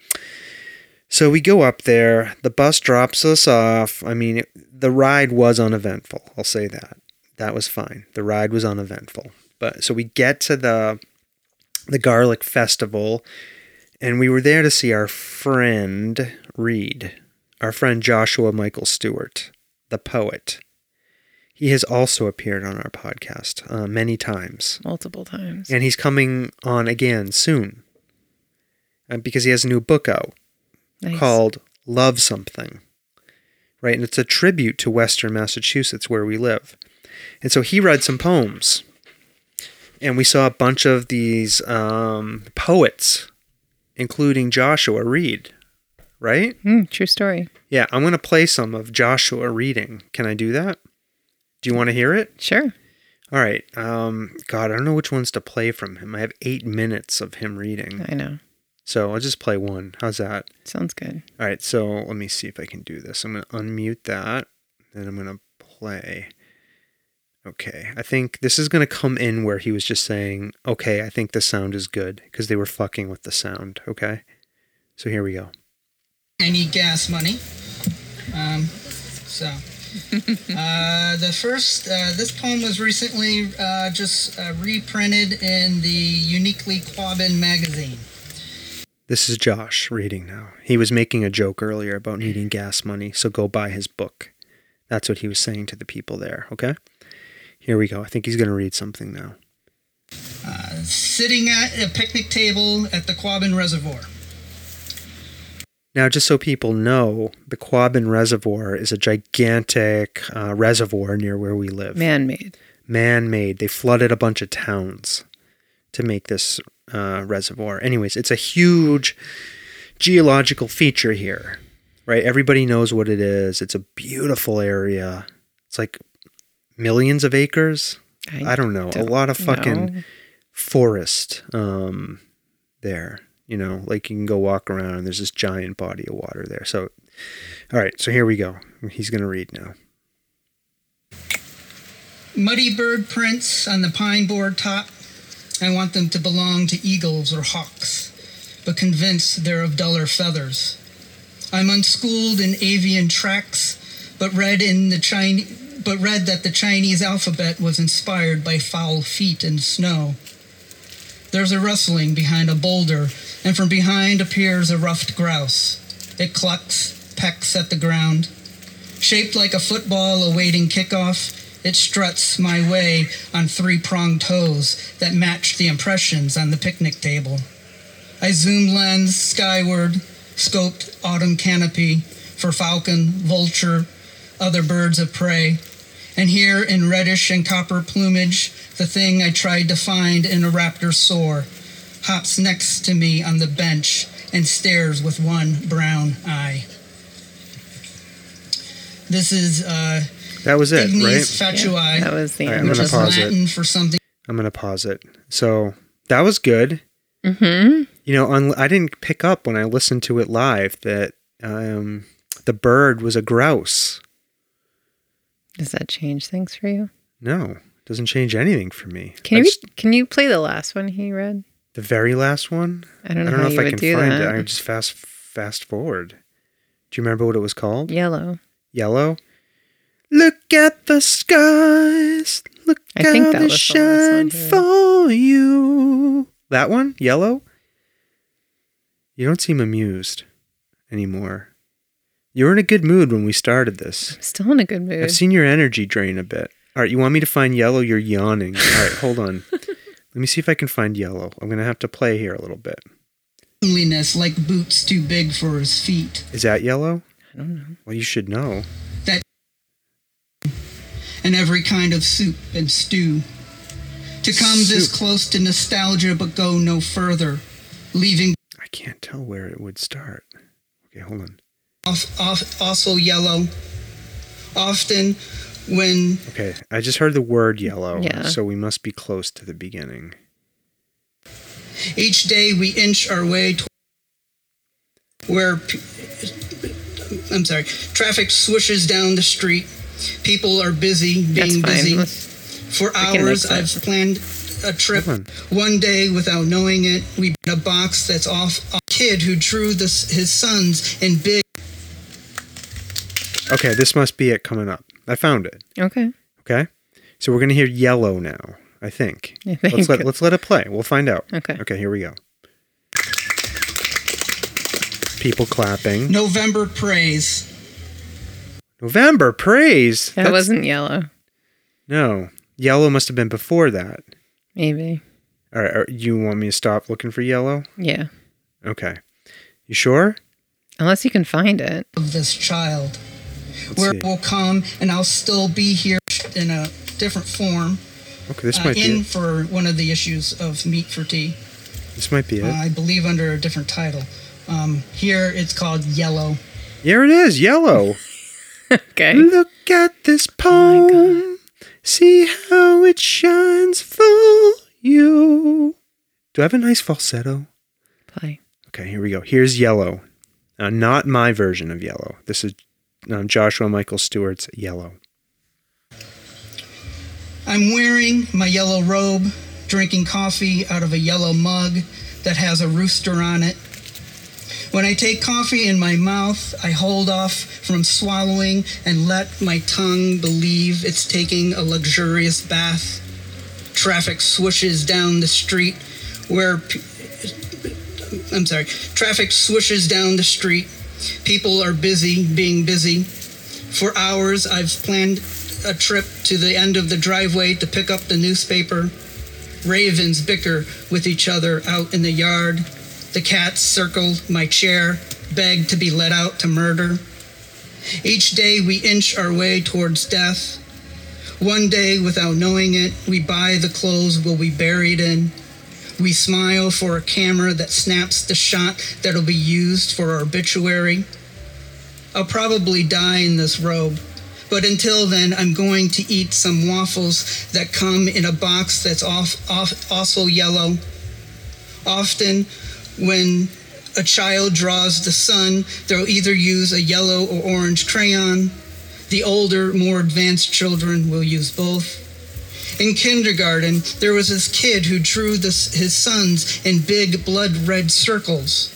so we go up there the bus drops us off i mean it, the ride was uneventful i'll say that that was fine the ride was uneventful but so we get to the the garlic festival and we were there to see our friend reed our friend joshua michael stewart the poet he has also appeared on our podcast uh, many times Multiple times. and he's coming on again soon uh, because he has a new book out Nice. called Love Something, right? And it's a tribute to Western Massachusetts, where we live. And so he read some poems, and we saw a bunch of these um, poets, including Joshua Reed, right? Mm, true story. Yeah, I'm going to play some of Joshua reading. Can I do that? Do you want to hear it? Sure. All right. Um, God, I don't know which ones to play from him. I have eight minutes of him reading. I know. So I'll just play one. How's that? Sounds good. All right, so let me see if I can do this. I'm going to unmute that and I'm going to play. Okay, I think this is going to come in where he was just saying, okay, I think the sound is good because they were fucking with the sound. Okay, so here we go. I need gas money. Um, so, uh, the first, uh, this poem was recently uh, just uh, reprinted in the Uniquely Quabbin magazine. This is Josh reading now. He was making a joke earlier about needing gas money, so go buy his book. That's what he was saying to the people there. Okay, here we go. I think he's going to read something now. Uh, Sitting at a picnic table at the Quabbin Reservoir. Now, just so people know, the Quabbin Reservoir is a gigantic uh, reservoir near where we live. Man made. Man made. They flooded a bunch of towns to make this uh, reservoir. Anyways, it's a huge geological feature here, right? Everybody knows what it is. It's a beautiful area. It's like millions of acres. I don't know. a lot of fucking forest um, there. You know, like you can go walk around and there's this giant body of water there. So, all right, so here we go. He's going to read now. Muddy bird prints on the pine board top. I want them to belong to eagles or hawks, but convinced they're of duller feathers. I'm unschooled in avian tracks, but read in the Chinese but read that the Chinese alphabet was inspired by foul feet and snow. There's a rustling behind a boulder, and from behind appears a ruffed grouse. It clucks, pecks at the ground. Shaped like a football awaiting kickoff, it struts my way on three pronged toes that match the impressions on the picnic table. I zoom lens skyward, scoped autumn canopy for falcon, vulture, other birds of prey, and here in reddish and copper plumage, the thing I tried to find in a raptor soar hops next to me on the bench and stares with one brown eye. This is uh, That was it, ignis right? fatui, That was the All right, I'm end. which gonna is pause it. Latin for something I'm gonna pause it. So that was good. Mm-hmm. You know, un- I didn't pick up when I listened to it live that um, the bird was a grouse. Does that change things for you? No, doesn't change anything for me. Can you That's read- can you play the last one he read? the very last one? I don't I know don't how know if you I would can do find that. it. I just fast fast forward. Do you remember what it was called? Yellow. Yellow. Look at the skies. Look I think how that they was the last shine one he read. for you. That one, yellow. You don't seem amused anymore. You were in a good mood when we started this. I'm still in a good mood. I've seen your energy drain a bit. All right, you want me to find yellow? You're yawning. All right, hold on. Let me see if I can find yellow. I'm gonna have to play here a little bit. loneliness like boots too big for his feet. Is that yellow? I don't know. Well, you should know. and every kind of soup and stew. To come this Soup. close to nostalgia but go no further, leaving I can't tell where it would start. Okay, hold on. off, off also yellow. Often when Okay, I just heard the word yellow, Yeah. so we must be close to the beginning. each day we inch our way to where p- I'm sorry, traffic swishes down the street. People are busy That's being fine. busy. Let's- For can make hours, I've sense. planned a trip. Hold One day, without knowing it, we did a box that's off a kid who drew this, his sons in big. Okay, this must be it coming up. I found it. Okay. Okay, so we're gonna hear yellow now. I think. I think. Let's let let's let it play. We'll find out. Okay. Okay, here we go. People clapping. November praise. November praise. That That's- wasn't yellow. no yellow. Must have been before that. Maybe. All right. are- You want me to stop looking for yellow? Yeah. Okay. You sure? Unless you can find it. of this child, where see. it will come, and I'll still be here in a different form. Okay. This uh, might in be. It. for one of the issues of Meat for Tea, This might be uh, it. I believe under a different title. Um, here it's called Yellow. Here it is. Yellow. Okay. Look at this Oh poem. See how it shines for you. Do I have a nice falsetto? Play. Okay, here we go. Here's Yellow. Uh, not my version of Yellow. This is um, Joshua Michael Stewart's Yellow. I'm wearing my yellow robe, drinking coffee out of a yellow mug that has a rooster on it. When I take coffee in my mouth, I hold off from swallowing and let my tongue believe it's taking a luxurious bath. Traffic swishes down the street where. P- I'm sorry. Traffic swishes down the street. People are busy being busy. For hours, I've planned a trip to the end of the driveway to pick up the newspaper. Ravens bicker with each other out in the yard. The cats circle my chair, beg to be let out to murder. Each day, we inch our way towards death. One day, without knowing it, we buy the clothes we'll be buried in. We smile for a camera that snaps the shot that'll be used for our obituary. I'll probably die in this robe. But until then, I'm going to eat some waffles that come in a box that's off, off, also yellow. Often, when a child draws the sun, they'll either use a yellow or orange crayon. The older, more advanced children will use both. In kindergarten, there was this kid who drew this, his sons in big blood red circles.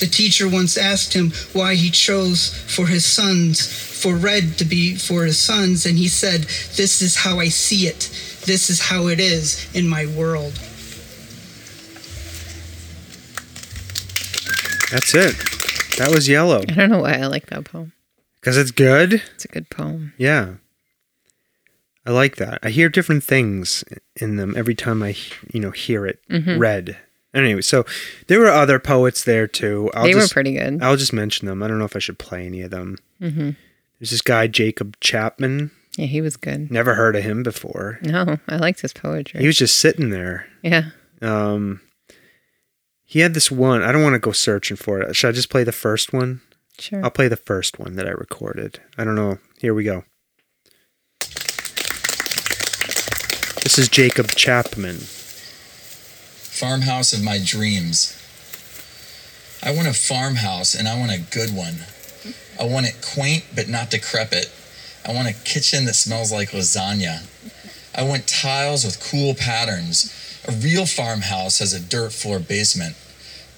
The teacher once asked him why he chose for his sons, for red to be for his sons, and he said, This is how I see it. This is how it is in my world. That's it. That was yellow I don't know why I like that poem. because it's good. It's a good poem. Yeah. I like that. I hear different things in them every time I, you know, hear it Mm-hmm. read. Anyway, so there were other poets there too. I'll they just, were pretty good. I'll just mention them. I don't know if I should play any of them. Mm-hmm. There's this guy Jacob Chapman. yeah, he was good. Never heard of him before. No, I liked his poetry. He was just sitting there. yeah. Um, he had this one. I don't want to go searching for it. Should I just play the first one? Sure. I'll play the first one that I recorded. I don't know. Here we go. This is Jacob Chapman. Farmhouse of my dreams. I want a farmhouse and I want a good one. I want it quaint but not decrepit. I want a kitchen that smells like lasagna. I want tiles with cool patterns. A real farmhouse has a dirt floor basement,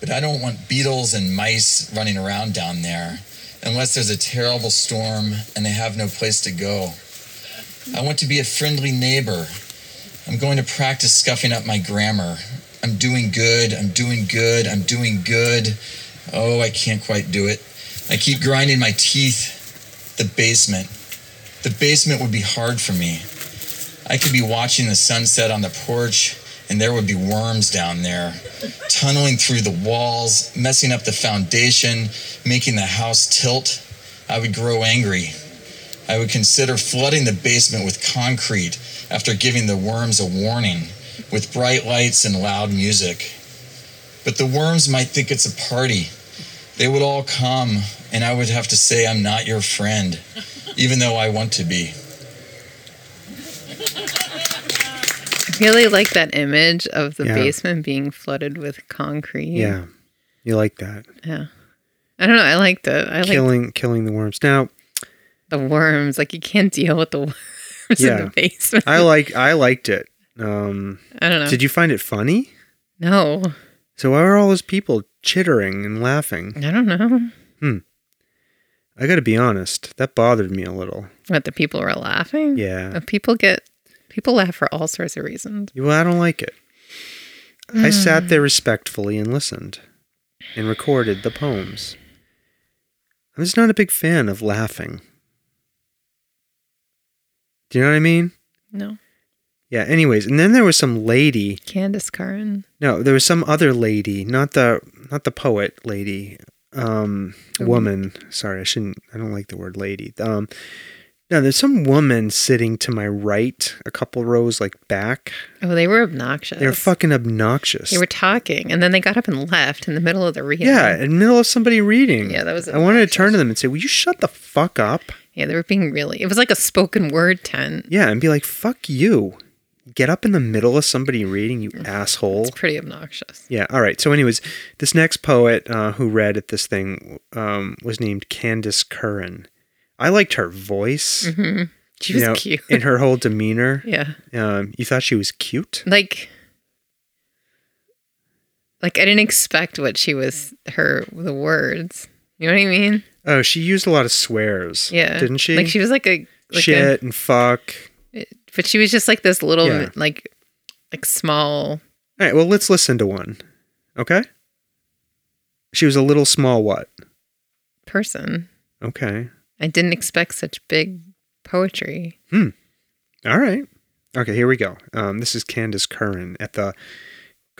but I don't want beetles and mice running around down there unless there's a terrible storm and they have no place to go. I want to be a friendly neighbor. I'm going to practice scuffing up my grammar. I'm doing good. I'm doing good. I'm doing good. Oh, I can't quite do it. I keep grinding my teeth. The basement. The basement would be hard for me. I could be watching the sunset on the porch, and there would be worms down there, tunneling through the walls, messing up the foundation, making the house tilt. I would grow angry. I would consider flooding the basement with concrete after giving the worms a warning with bright lights and loud music. But the worms might think it's a party. They would all come, and I would have to say, I'm not your friend, even though I want to be. I really like that image of the Yeah. basement being flooded with concrete. Yeah. You like that. Yeah. I don't know. I liked it. I like killing killing the worms. Now, the worms. Like you can't deal with the worms in Yeah. the basement. I like I liked it. Um I don't know. did you find it funny? no, So why were all those people chittering and laughing? I don't know. I got to be honest, that bothered me a little. What the people were laughing? Yeah. Uh, People get people laugh for all sorts of reasons. Well, I don't like it. I sat there respectfully and listened and recorded the poems. I'm just not a big fan of laughing. Do you know what I mean? No, Yeah, anyways, and then there was some lady. Candace Caron. No, there was some other lady, not the not the poet lady. Um Oh. woman. Sorry, I shouldn't I don't like the word lady. Um no, there's some woman sitting to my right, a couple rows like back. Oh, they were obnoxious. They're fucking obnoxious. They were talking, and then they got up and left in the middle of the reading. Yeah, in the middle of somebody reading. Yeah, that was I wanted to turn to them and say, "Will you shut the fuck up?" yeah, they were being really. It was like a spoken word tent. Yeah, and be like, "Fuck you." Get up in the middle of somebody reading, you asshole. It's pretty obnoxious. Yeah. All right. So, anyways, this next poet uh, who read at this thing um, was named Candace Curran. I liked her voice. Mm-hmm. She you was know, cute. And her whole demeanor. yeah, Um, you thought she was cute? like. Like I didn't expect what she was her the words. You know what I mean? Oh, she used a lot of swears. Yeah. Didn't she? Like she was like a like a- Shit and fuck. but she was just like this little Yeah. like like small All right, well, let's listen to one. Okay? She was a little small what? person. Okay. I didn't expect such big poetry. All right. Okay, here we go. Um, this is Candace Curran at the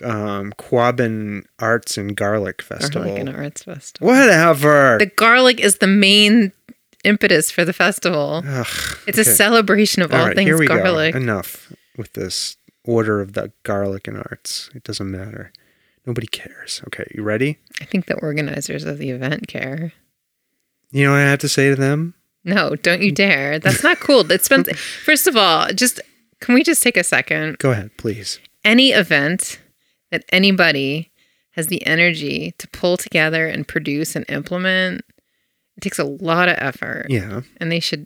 um, Quabbin Arts and Garlic Festival. Garlic and Arts Festival. Whatever. The garlic is the main impetus for the festival. Ugh, It's a okay. celebration of all, All right, things here we garlic. go. Enough with this order of the garlic and arts. It doesn't matter. Nobody cares. Okay, you ready? I think the organizers of the event care. You know what I have to say to them? No, don't you dare. That's not cool. That's been first of all, just can we just take a second? Go ahead, please. any event that anybody has the energy to pull together and produce and implement it takes a lot of effort Yeah. and they should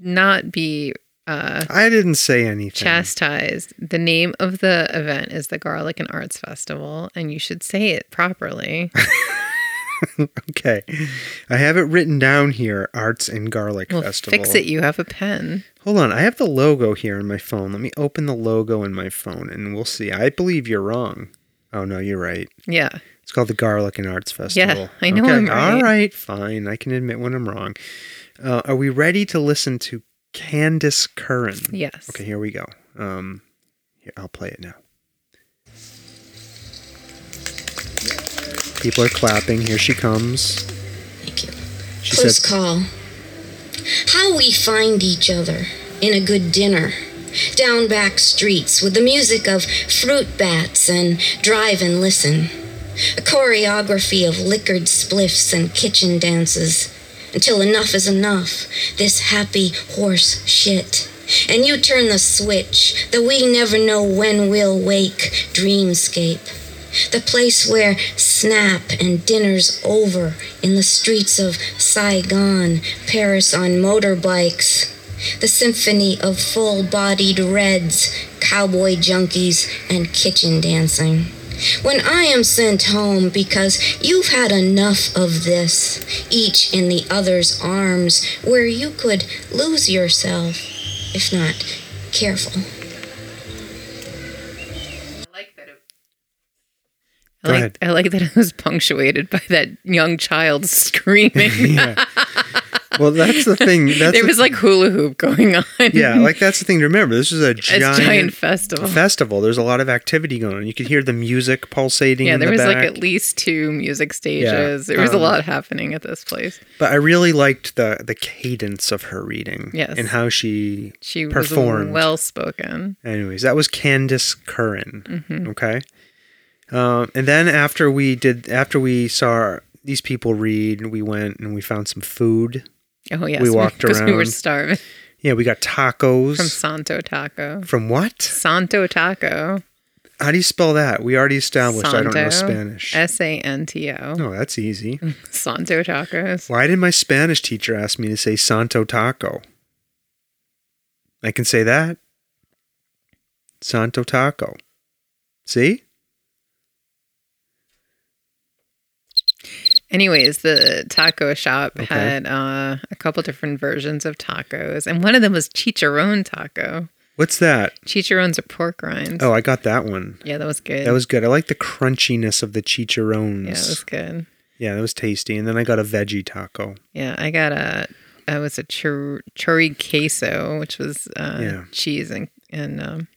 not be uh, I didn't say anything. chastised the name of the event is the garlic and arts festival and you should say it properly Okay. I have it written down here Arts and Garlic well Festival. fix it you have a pen Hold on. I have the logo here in my phone. Let me open the logo in my phone and we'll see. I believe you're wrong. Oh, no, you're right. yeah It's called the Garlic and Arts Festival. I know I'm right. All right, fine. I can admit when I'm wrong. Uh, are we ready to listen to Candace Curran? Yes. Okay, here we go. Um, here, I'll play it now. People are clapping. Here she comes. Thank you. She Close said, call. How we find each other in a good dinner. Down back streets with the music of fruit bats and drive and listen. A choreography of liquored spliffs and kitchen dances. Until enough is enough, this happy horse shit. And you turn the switch, the we never know when we'll wake dreamscape. The place where snap and dinner's over in the streets of Saigon, Paris on motorbikes. The symphony of full bodied reds, cowboy junkies, and kitchen dancing. When I am sent home because you've had enough of this, each in the other's arms, where you could lose yourself, if not careful. I like that. It, I Go like, ahead. I like that it was punctuated by that young child screaming. well, that's the thing. That's there the- was like hula hoop going on. yeah, like that's the thing to remember. This is a it's giant, giant, festival. festival. There's a lot of activity going on. You could hear the music pulsating. yeah, in there the was back. like at least two music stages. There was a Um, lot happening at this place. But I really liked the the cadence of her reading. Yes. And how she She performed. was well spoken. Anyways, that was Candace Curran. Mm-hmm. Okay. Um, and then after we did, after we saw these people read, we went and we found some food. Oh yes, We walked because we were around. starving Yeah, we got tacos from Santo Taco. From what? Santo Taco. How do you spell that? We already established I don't know Santo, Spanish. S A N T O. no, that's easy. Santo tacos. Why did my Spanish teacher ask me to say Santo Taco? I can say that. Santo Taco. See? Anyways, the taco shop Okay. had uh, a couple different versions of tacos, and one of them was chicharron taco. What's that? Chicharron's are pork rinds. Oh, I got that one. yeah, that was good. That was good. I like the crunchiness of the chicharrones. yeah, that was good. Yeah, that was tasty. And then I got a veggie taco. Yeah, I got a. I was a chur- chori queso, which was uh, Yeah. cheese and and um,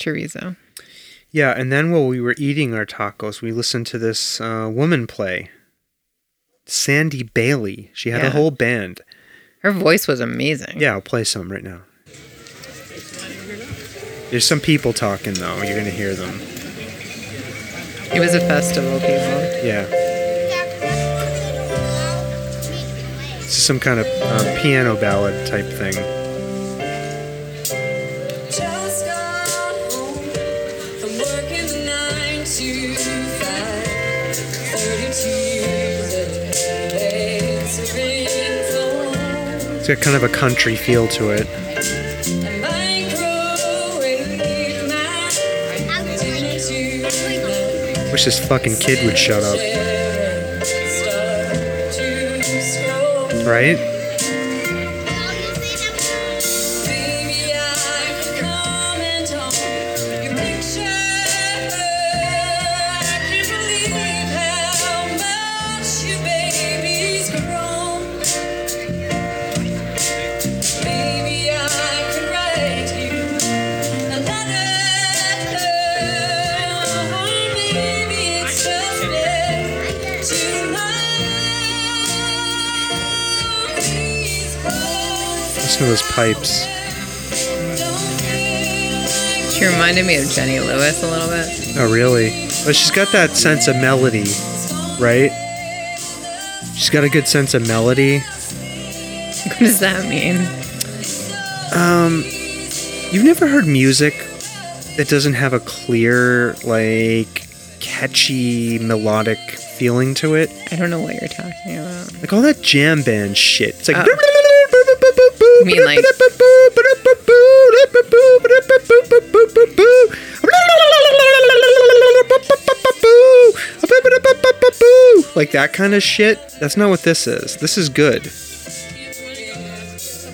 chorizo. Yeah, and then while we were eating our tacos, we listened to this uh, woman play. Sandy Bailey. She had a Yeah. whole band. Her voice was amazing. Yeah, I'll play some right now. There's some people talking though. You're gonna hear them. it was a festival, people. Yeah. This is some kind of uh, piano ballad type thing. Just got home from working the nine to five. Thirty-two days in It's got kind of a country feel to it. I microwave my dinner tonight. Wish this fucking kid would shut up, Start to scroll. right? Baby, I'm coming home. Your picture, I can't believe how much your baby's grown. Maybe I could write you a letter. Maybe it's just meant to love. Please close Listen to those pipes. She reminded me of Jenny Lewis a little bit. Oh, really? But she's got that sense of melody, right? She's got a good sense of melody. What does that mean? Um, You've never heard music that doesn't have a clear, like, catchy, melodic feeling to it? I don't know what you're talking about. Like all that jam band shit. It's like. Oh. You mean like- Like that kind of shit. That's not what this is. This is good.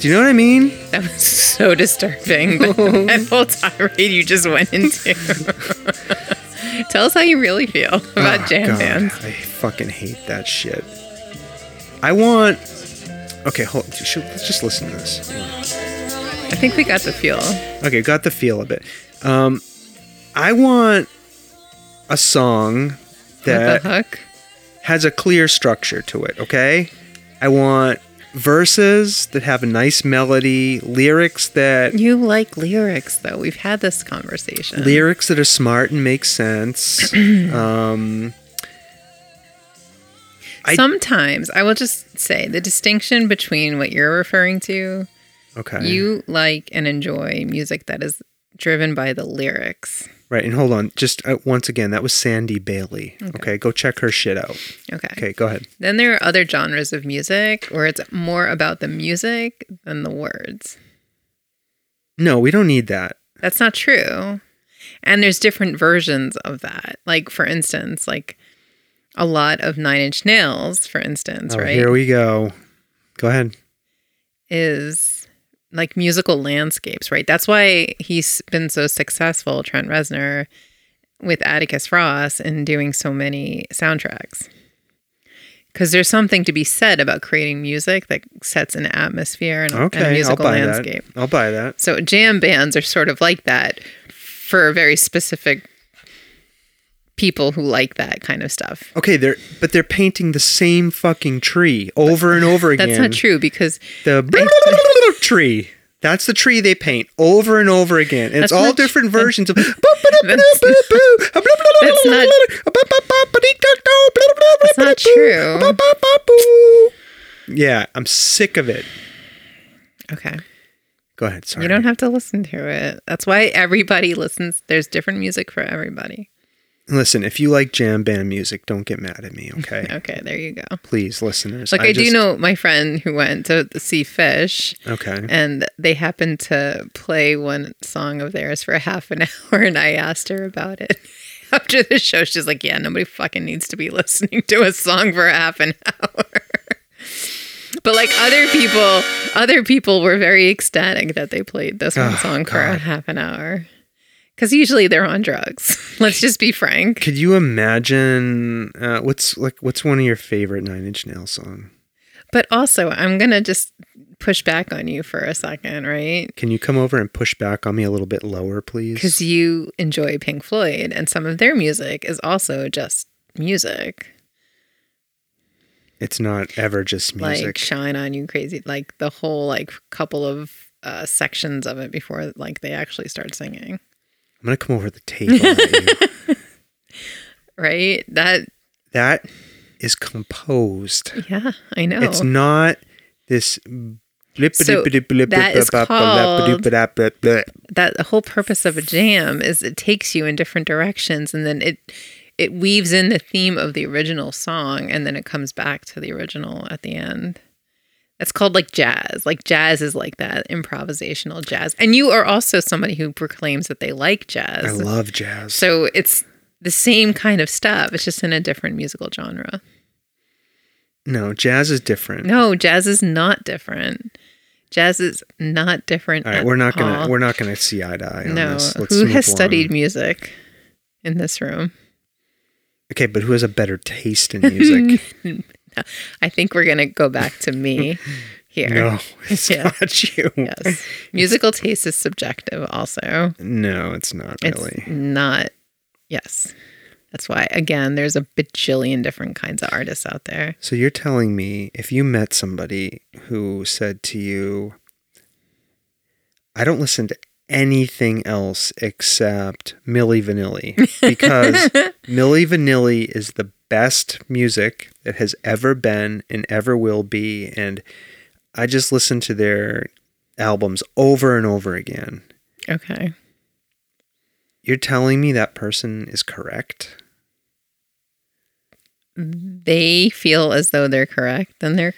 Do you know what I mean? That was so disturbing. That, that whole tirade you just went into. Tell us how you really feel about Ah, jam God, bands. I fucking hate that shit. I want. Okay, hold. Should, let's just listen to this. I think we got the feel. Okay, got the feel of it. Um, I want a song With that the hook. has a clear structure to it. Okay, I want verses that have a nice melody, lyrics that You like lyrics, though. We've had this conversation. lyrics that are smart and make sense. um, I- Sometimes I will just say the distinction between what you're referring to, okay, you like and enjoy music that is driven by the lyrics. right. And hold on, just uh, once again, that was Sandy Bailey. okay, go check her shit out. Okay. Okay, go ahead. Then there are other genres of music where it's more about the music than the words. No, we don't need that. That's not true. And there's different versions of that. Like for instance, like a lot of Nine Inch Nails, for instance, Oh, right, Here we go. Go ahead. is like musical landscapes, right? That's why he's been so successful, Trent Reznor, with Atticus Ross and doing so many soundtracks. Because there's something to be said about creating music that sets an atmosphere and, and a Okay, I'll musical buy landscape. that. I'll buy that. So jam bands are sort of like that for very specific people who like that kind of stuff. Okay, they're but they're painting the same fucking tree over and over again. That's not true because The tree. That's the tree they paint over and over again. And it's That's all not tr- different versions of. That's not- That's not true. Yeah, I'm sick of it. okay, Go ahead. Sorry. you don't have to listen to it. That's why everybody listens. There's different music for everybody. Listen, if you like jam band music, don't get mad at me, okay? Okay, there you go. Please, listeners. Like I, do just- know my friend who went to see Fish, Okay. and they happened to play one song of theirs for half an hour, and I asked her about it. After the show, she's like, "Yeah, nobody fucking needs to be listening to a song for half an hour." But like other people, other people were very ecstatic that they played this one Oh, song for a God. half an hour. Because usually they're on drugs. Let's just be frank. Could you imagine uh, what's like what's one of your favorite Nine Inch Nails song? But also, I'm gonna just push back on you for a second, right? Can you come over and push back on me a little bit lower, because please? you enjoy Pink Floyd, and some of their music is also just music, It's not ever just like music. "Shine on You Crazy," like the whole like couple of uh, sections of it before like they actually start singing, I'm gonna come over the table. at you. right? That That is composed. yeah, I know. It's not this. that is that the whole purpose of a jam is it takes you in different directions, and then it it weaves in the theme of the original song, and then it comes back to the original at the end. It's called like jazz. Like jazz is like that improvisational jazz. And you are also somebody who proclaims that they like jazz. I love jazz. so it's the same kind of stuff. It's just in a different musical genre. no, jazz is different. No, jazz is not different. Jazz is not different. All right, at we're not gonna all. we're not gonna see eye to eye on no. this. Let's Who move has along. studied music in this room? Okay, but who has a better taste in music? I think we're gonna go back to me here. no, it's Yeah. not you. Yes. Musical taste is subjective also. No, it's not really. It's not yes. That's why again there's a bajillion different kinds of artists out there. So you're telling me if you met somebody who said to you, I don't listen to anything else except Milli Vanilli because Milli Vanilli is the best music that has ever been and ever will be and I just listen to their albums over and over again. Okay. You're telling me that person is correct? They feel as though they're correct, then they're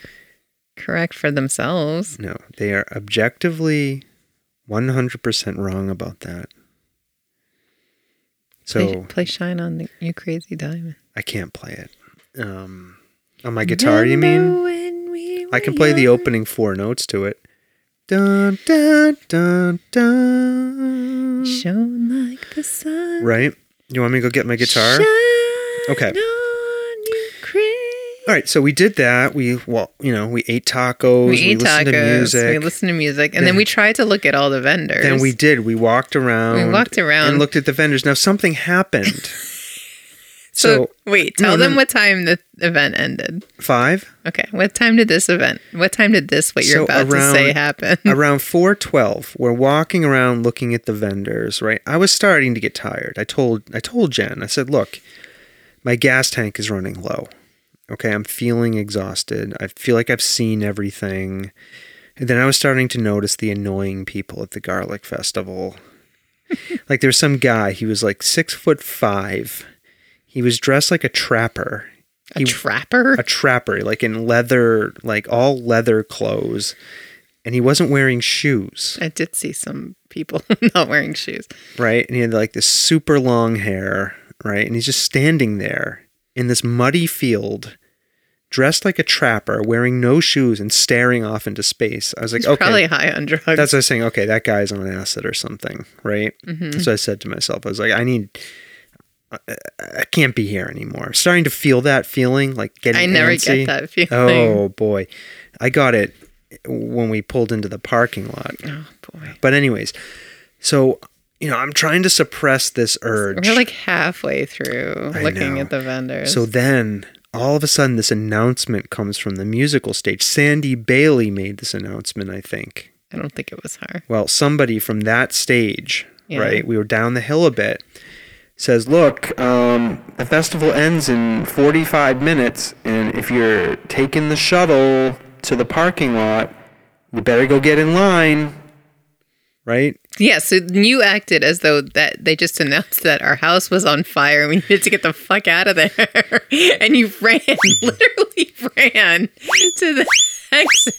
correct for themselves. No, they are objectively 100% wrong about that. play, So play shine on the, you crazy diamond. I can't play it. Um, on my guitar, you mean? I can play the opening four notes to it. Dun, dun, dun, dun. Shone like the sun. Right? You want me to go get my guitar? Okay. Shine on you, Christ. All right, so we did that. We well, you know, we ate tacos. We ate listened tacos. to music. We listened to music, and then, we tried to look at all the vendors. then we did. We walked around. We walked around. and looked at the vendors. Now something happened. so, so, wait, no, tell no, them no. what time the event ended. five Okay, what time did this event? What time did this? What you're So about to say around- happen? around four twelve. We're walking around looking at the vendors. Right, I was starting to get tired. I told I told Jen. I said, look, my gas tank is running low. Okay, I'm feeling exhausted. I feel like I've seen everything. And then I was starting to notice the annoying people at the garlic festival. like there was some guy. He was like six foot five. He was dressed like a trapper. a trapper. a trapper, like in leather, like all leather clothes, and he wasn't wearing shoes, I did see some people not wearing shoes. right? And he had like this super long hair, right? And he's just standing there in this muddy field, dressed like a trapper, wearing no shoes and staring off into space. I was like, He's okay, probably high on drugs. that's what I was saying. Okay, that guy's on acid or something, right? Mm-hmm. So I said to myself, I was like, I need. I- I can't be here anymore. I'm starting to feel that feeling, like getting. I never antsy. get that feeling. Oh boy, I got it when we pulled into the parking lot. Oh, boy. But anyways, so you know, I'm trying to suppress this urge. We're like halfway through I looking know. at the vendors. so then, all of a sudden, this announcement comes from the musical stage. Sandy Bailey made this announcement, I think. I don't think it was her. Well, somebody from that stage, Yeah. right? We were down the hill a bit. Says, look, um, the festival ends in 45 minutes, and if you're taking the shuttle to the parking lot, you better go get in line, right? Yeah, so you acted as though that they just announced that our house was on fire and we needed to get the fuck out of there. and you ran, literally ran to the exit.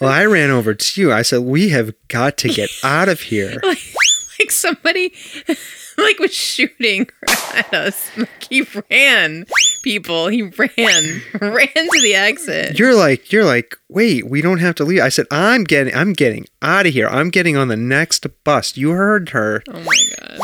Well, I ran over to you. I said, we have got to get out of here. Like somebody like was shooting at us. Like he ran, people. He ran. Ran to the exit. You're like, you're like, wait, we don't have to leave. I said, I'm getting, I'm getting out of here. I'm getting on the next bus. You heard her. oh my god.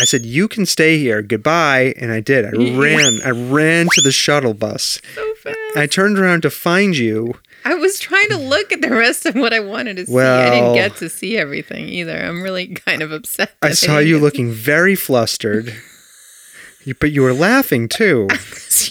I said, "You can stay here. Goodbye." And I did. I ran. I ran to the shuttle bus. So fast. I turned around to find you. I was trying to look at the rest of what I wanted to see. I Well- didn't get to see everything either. I'm really kind of upset. I that saw didn't you get- looking very flustered. You- But you were laughing too.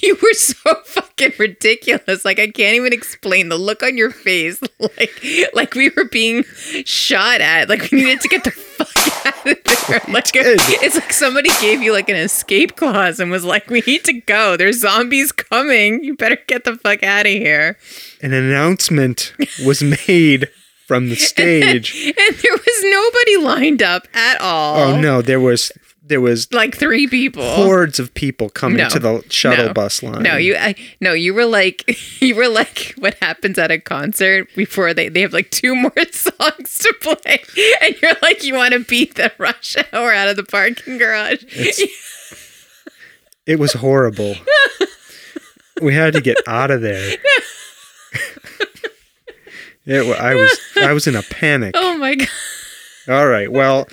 You were so fucking ridiculous. Like I can't even explain the look on your face. Like like we were being shot at. Like we needed to get the fuck out of there. Like did. it's like somebody gave you like an escape clause and was like, "We need to go. There's zombies coming. You better get the fuck out of here." An announcement was made from the stage. And there was nobody lined up at all. Oh no, there was there was Like three people. hordes of people coming to the shuttle Oh. no. bus line. No, you I, no, you were like you were like what happens at a concert before they they have like two more songs to play, and you're like you want to beat the rush hour out of the parking garage. It was horrible. we had to get out of there. it, wa- I was I was in a panic. oh my god, All right. Well,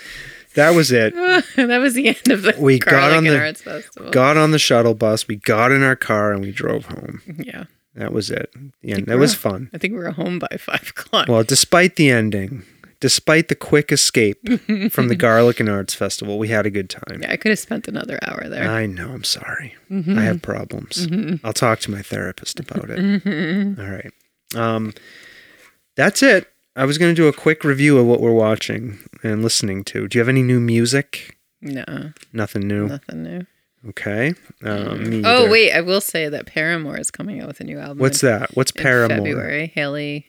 that was it. that was the end of the We got Garlic on and the- Arts Festival. Got on the shuttle bus. We got in our car and we drove home. yeah, That was it. Yeah, that was fun. I think we were home by five o'clock. Well, despite the ending, despite the quick escape from the Garlic and Arts Festival, we had a good time. yeah, I could have spent another hour there. I know. I'm sorry. Mm-hmm. I have problems. I'll talk to my therapist about it. Mm-hmm. All right. Um, that's it. I was going to do a quick review of what we're watching and listening to. Do you have any new music? no, Nothing new. nothing new. Okay. Um, me Oh either. wait, I will say that Paramore is coming out with a new album. What's that? What's in Paramore? February. Haley.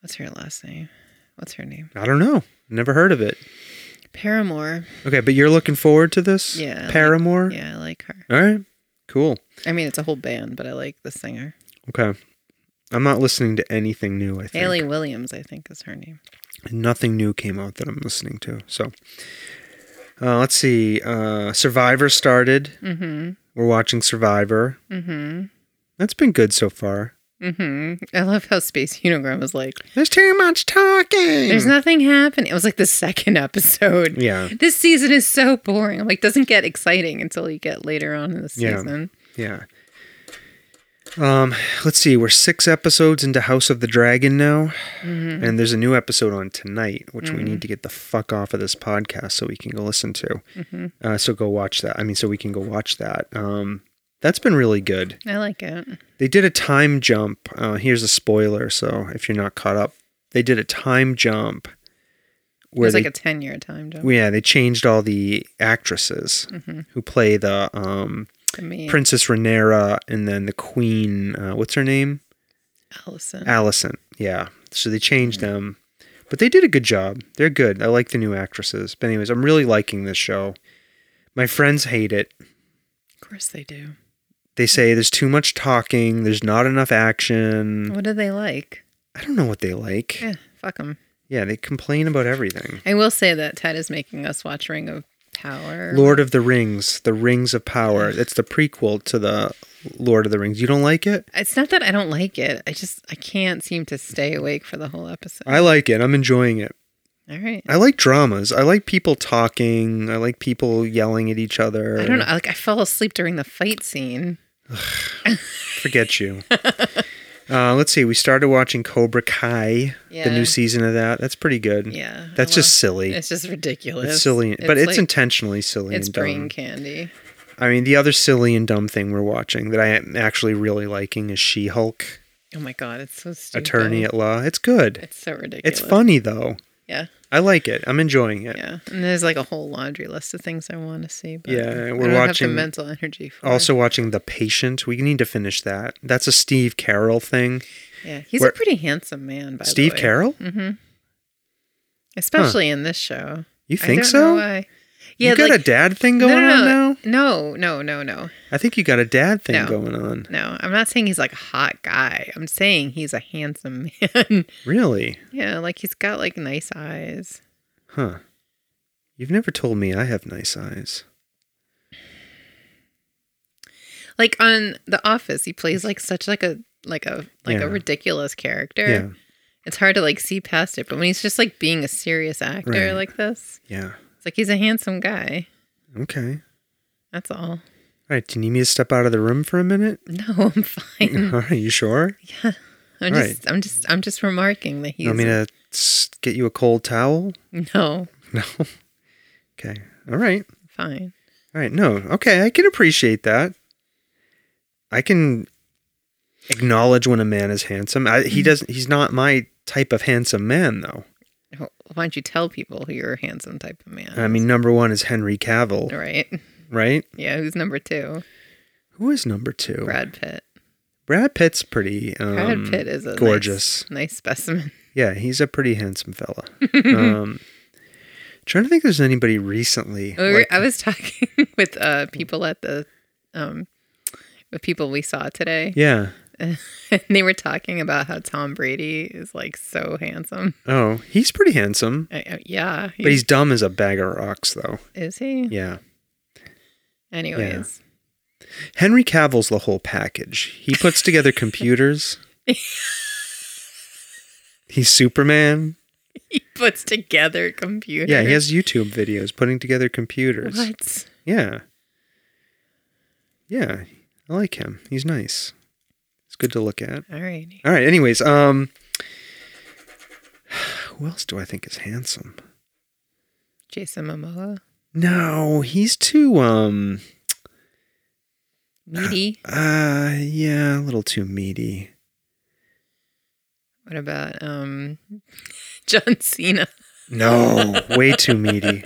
What's her last name? What's her name? I don't know. Never heard of it. Paramore. Okay, but you're looking forward to this? Yeah, like- Paramore? Yeah, I like her. All right. Cool. I mean, it's a whole band, but I like the singer. Okay. I'm not listening to anything new, I think. Haley Williams, I think, is her name. Nothing new came out that I'm listening to. So uh, let's see. Uh, Survivor started. Mm-hmm. We're watching Survivor. Mm-hmm. That's been good so far. I love how Space Unicorn was like, There's too much talking. there's nothing happening. It was like the second episode. Hmm. Yeah. This season is so boring. I'm like, doesn't get exciting until you get later on in the Yeah. season. Yeah. Um, let's see. We're six episodes into House of the Dragon now, and there's a new episode on tonight, which we need to get the fuck off of this podcast so we can go listen to. Uh, so go watch that. I mean, so we can go watch that. Um, that's been really good. I like it. They did a time jump. Uh, here's a spoiler. So if you're not caught up, they did a time jump where There's they like a 10 year time jump. yeah they changed all the actresses Mm-hmm. who play the um to me. Princess Rhaenyra and then the Queen. Uh, what's her name? Allison. Allison. Yeah. So they changed Mm-hmm. them, but they did a good job. They're good. I like the new actresses. But anyways, I'm really liking this show. My friends hate it. of course they do. They Mm-hmm. say there's too much talking. There's not enough action. What do they like? I don't know what they like. Yeah, Mm-hmm. Yeah, fuck them. they complain about everything. I will say that Ted is making us watch Ring of Power. Lord of the Rings, The Rings of Power. It's the prequel to the Lord of the Rings. You don't like it? It's not that I don't like it. I just I can't seem to stay awake for the whole episode. I like it. I'm enjoying it. All right. I like dramas. I like people talking. I like people yelling at each other. I don't know. Like I fell asleep during the fight scene. Forget you. uh, let's see. We started watching Cobra Kai, the Yeah. new season of that. That's pretty good. Yeah. That's well, just silly. It's, It's just ridiculous. silly, but it's like- intentionally silly it's and dumb. brain candy. I mean, the other silly and dumb thing we're watching that I am actually really liking is She Hulk, Oh my god, it's so stupid. Attorney at Law. It's good. It's so ridiculous. It's funny though. Yeah. I like it. I'm enjoying it. Yeah. And there's like a whole laundry list of things I want to see. But Yeah, I we're don't Have watching- the mental energy for. Also watching The Patient. We need to finish that. That's a Steve Carroll thing. yeah, he's we're- a pretty handsome man. By Steve the way. Mm. Carroll? especially in this show. You I think don't so? Know why. Yeah, you got like, a dad thing going on now? No, no, no, no, I think you got a dad thing No. going on. no. I'm not saying he's like a hot guy. I'm saying he's a handsome man. Really? yeah, like he's got like nice eyes. Huh. You've never told me I have nice eyes. Like on The Office, he plays like such like a like a like Yeah. a ridiculous character. Yeah. It's hard to like see past it, but when he's just like being a serious actor Right. like this, Yeah. it's like he's a handsome guy. Okay. That's all. All right. Do you need me to step out of the room for a minute? No, I'm fine. Are you sure? I'm All just I'm just I'm just remarking that he's You want me to s- get you a cold towel? no, No. Okay. All right. fine. All right. No. Okay. I can appreciate that. I can acknowledge when a man is handsome. I, Mm-hmm. he doesn't. He's not my type of handsome man, though. Why don't you tell people who you're a handsome type of man? I mean, number one is Henry Cavill, right? right? Yeah, who's number Oh. two? Who is number two? Brad Pitt. Brad Pitt's pretty. Um, Brad Pitt is a nice- gorgeous. nice, specimen. Yeah, he's a pretty handsome fella. um, trying to think, if there's anybody recently. We were- like- Oh, I was talking with uh, people at the um, with people we saw today, yeah. and they were talking about how Tom Brady is like so handsome. Oh, he's pretty handsome, I, I- yeah, but he's dumb as a bag of rocks, though. is he? Yeah. Anyways, Henry Cavill's the whole package. He puts together computers. he's Superman. he puts together computers. Yeah, he has YouTube videos putting together computers. What? Yeah. Yeah. I like him. He's nice. It's good to look at. All right. All right, anyways, um who else do I think is handsome? Jason Momoa, No, he's too um meaty. uh yeah, a little too meaty. What about um, John Cena? No, way too meaty.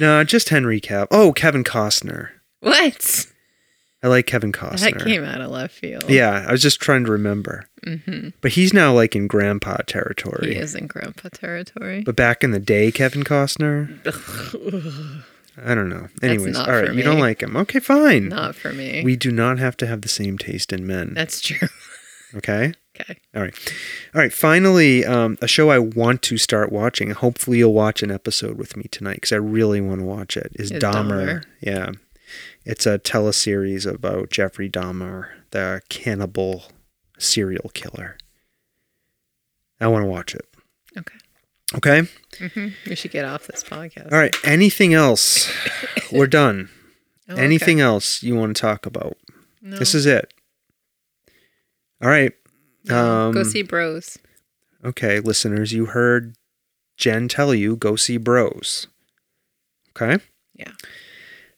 No, just Henry Cav. Oh, Kevin Costner. What? I like Kevin Costner. That came out of left field. Yeah, I was just trying to remember. But he's now like in grandpa territory. Mm-hmm. He is in grandpa territory. But back in the day, Kevin Costner. I don't know. Anyways, not all right, for you don't me. like him. Okay, fine. Not for me. We do not have to have the same taste in men. That's true. Okay. Okay. All right. All right. Finally, um, a show I want to start watching. Hopefully, you'll watch an episode with me tonight because I really want to watch it. Is Is Dahmer. Dahmer. Yeah. It's a teleseries about Jeffrey Dahmer, the cannibal serial killer. I want to watch it. Okay. Okay. We should get off this podcast. All right. Anything else? We're done. Oh, okay. Anything else you want to talk about? No. This is it. All right. Um, Go see Bros. Okay, listeners, you heard Jen tell you go see Bros. Okay. Yeah.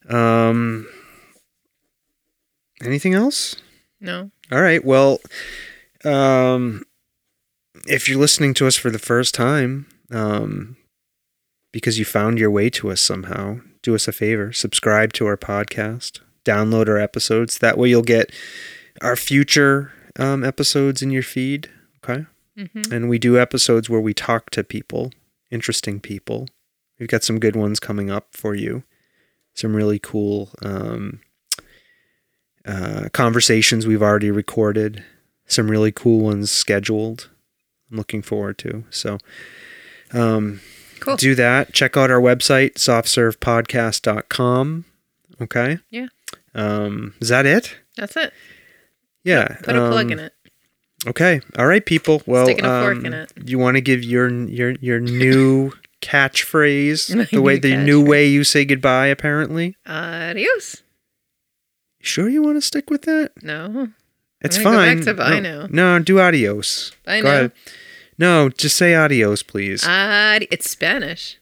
Um. Anything else? No. All right. Well, um, if you're listening to us for the first time, um, because you found your way to us somehow, do us a favor: subscribe to our podcast, download our episodes. That way, you'll get our future um, episodes in your feed. Okay. And we do episodes where we talk to people, interesting people. We've got some good ones coming up for you. Some really cool um, uh, conversations we've already recorded, some really cool ones scheduled. I'm looking forward to. So um, Cool. do that. Check out our website, softservepodcast.com. Okay. Yeah. Um, is that it? That's it. Yeah. Put a plug um, in it. Okay. All right, people. Well, Sticking a fork um, in it. you want to give your your your new My catchphrase, the way new the new catchphrase. way you say goodbye. Apparently, Adios. sure you want to stick with that? No. It's gonna go back fine. to bye no, now. No, do adios. Bye Go now. ahead. No, just say adios, please. Uh, Adi- it's Spanish.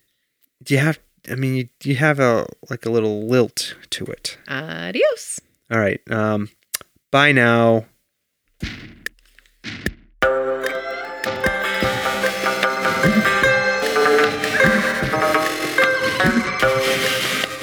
do you have? I mean, you, you have a like a little lilt to it. Adios. All right. Um, bye now.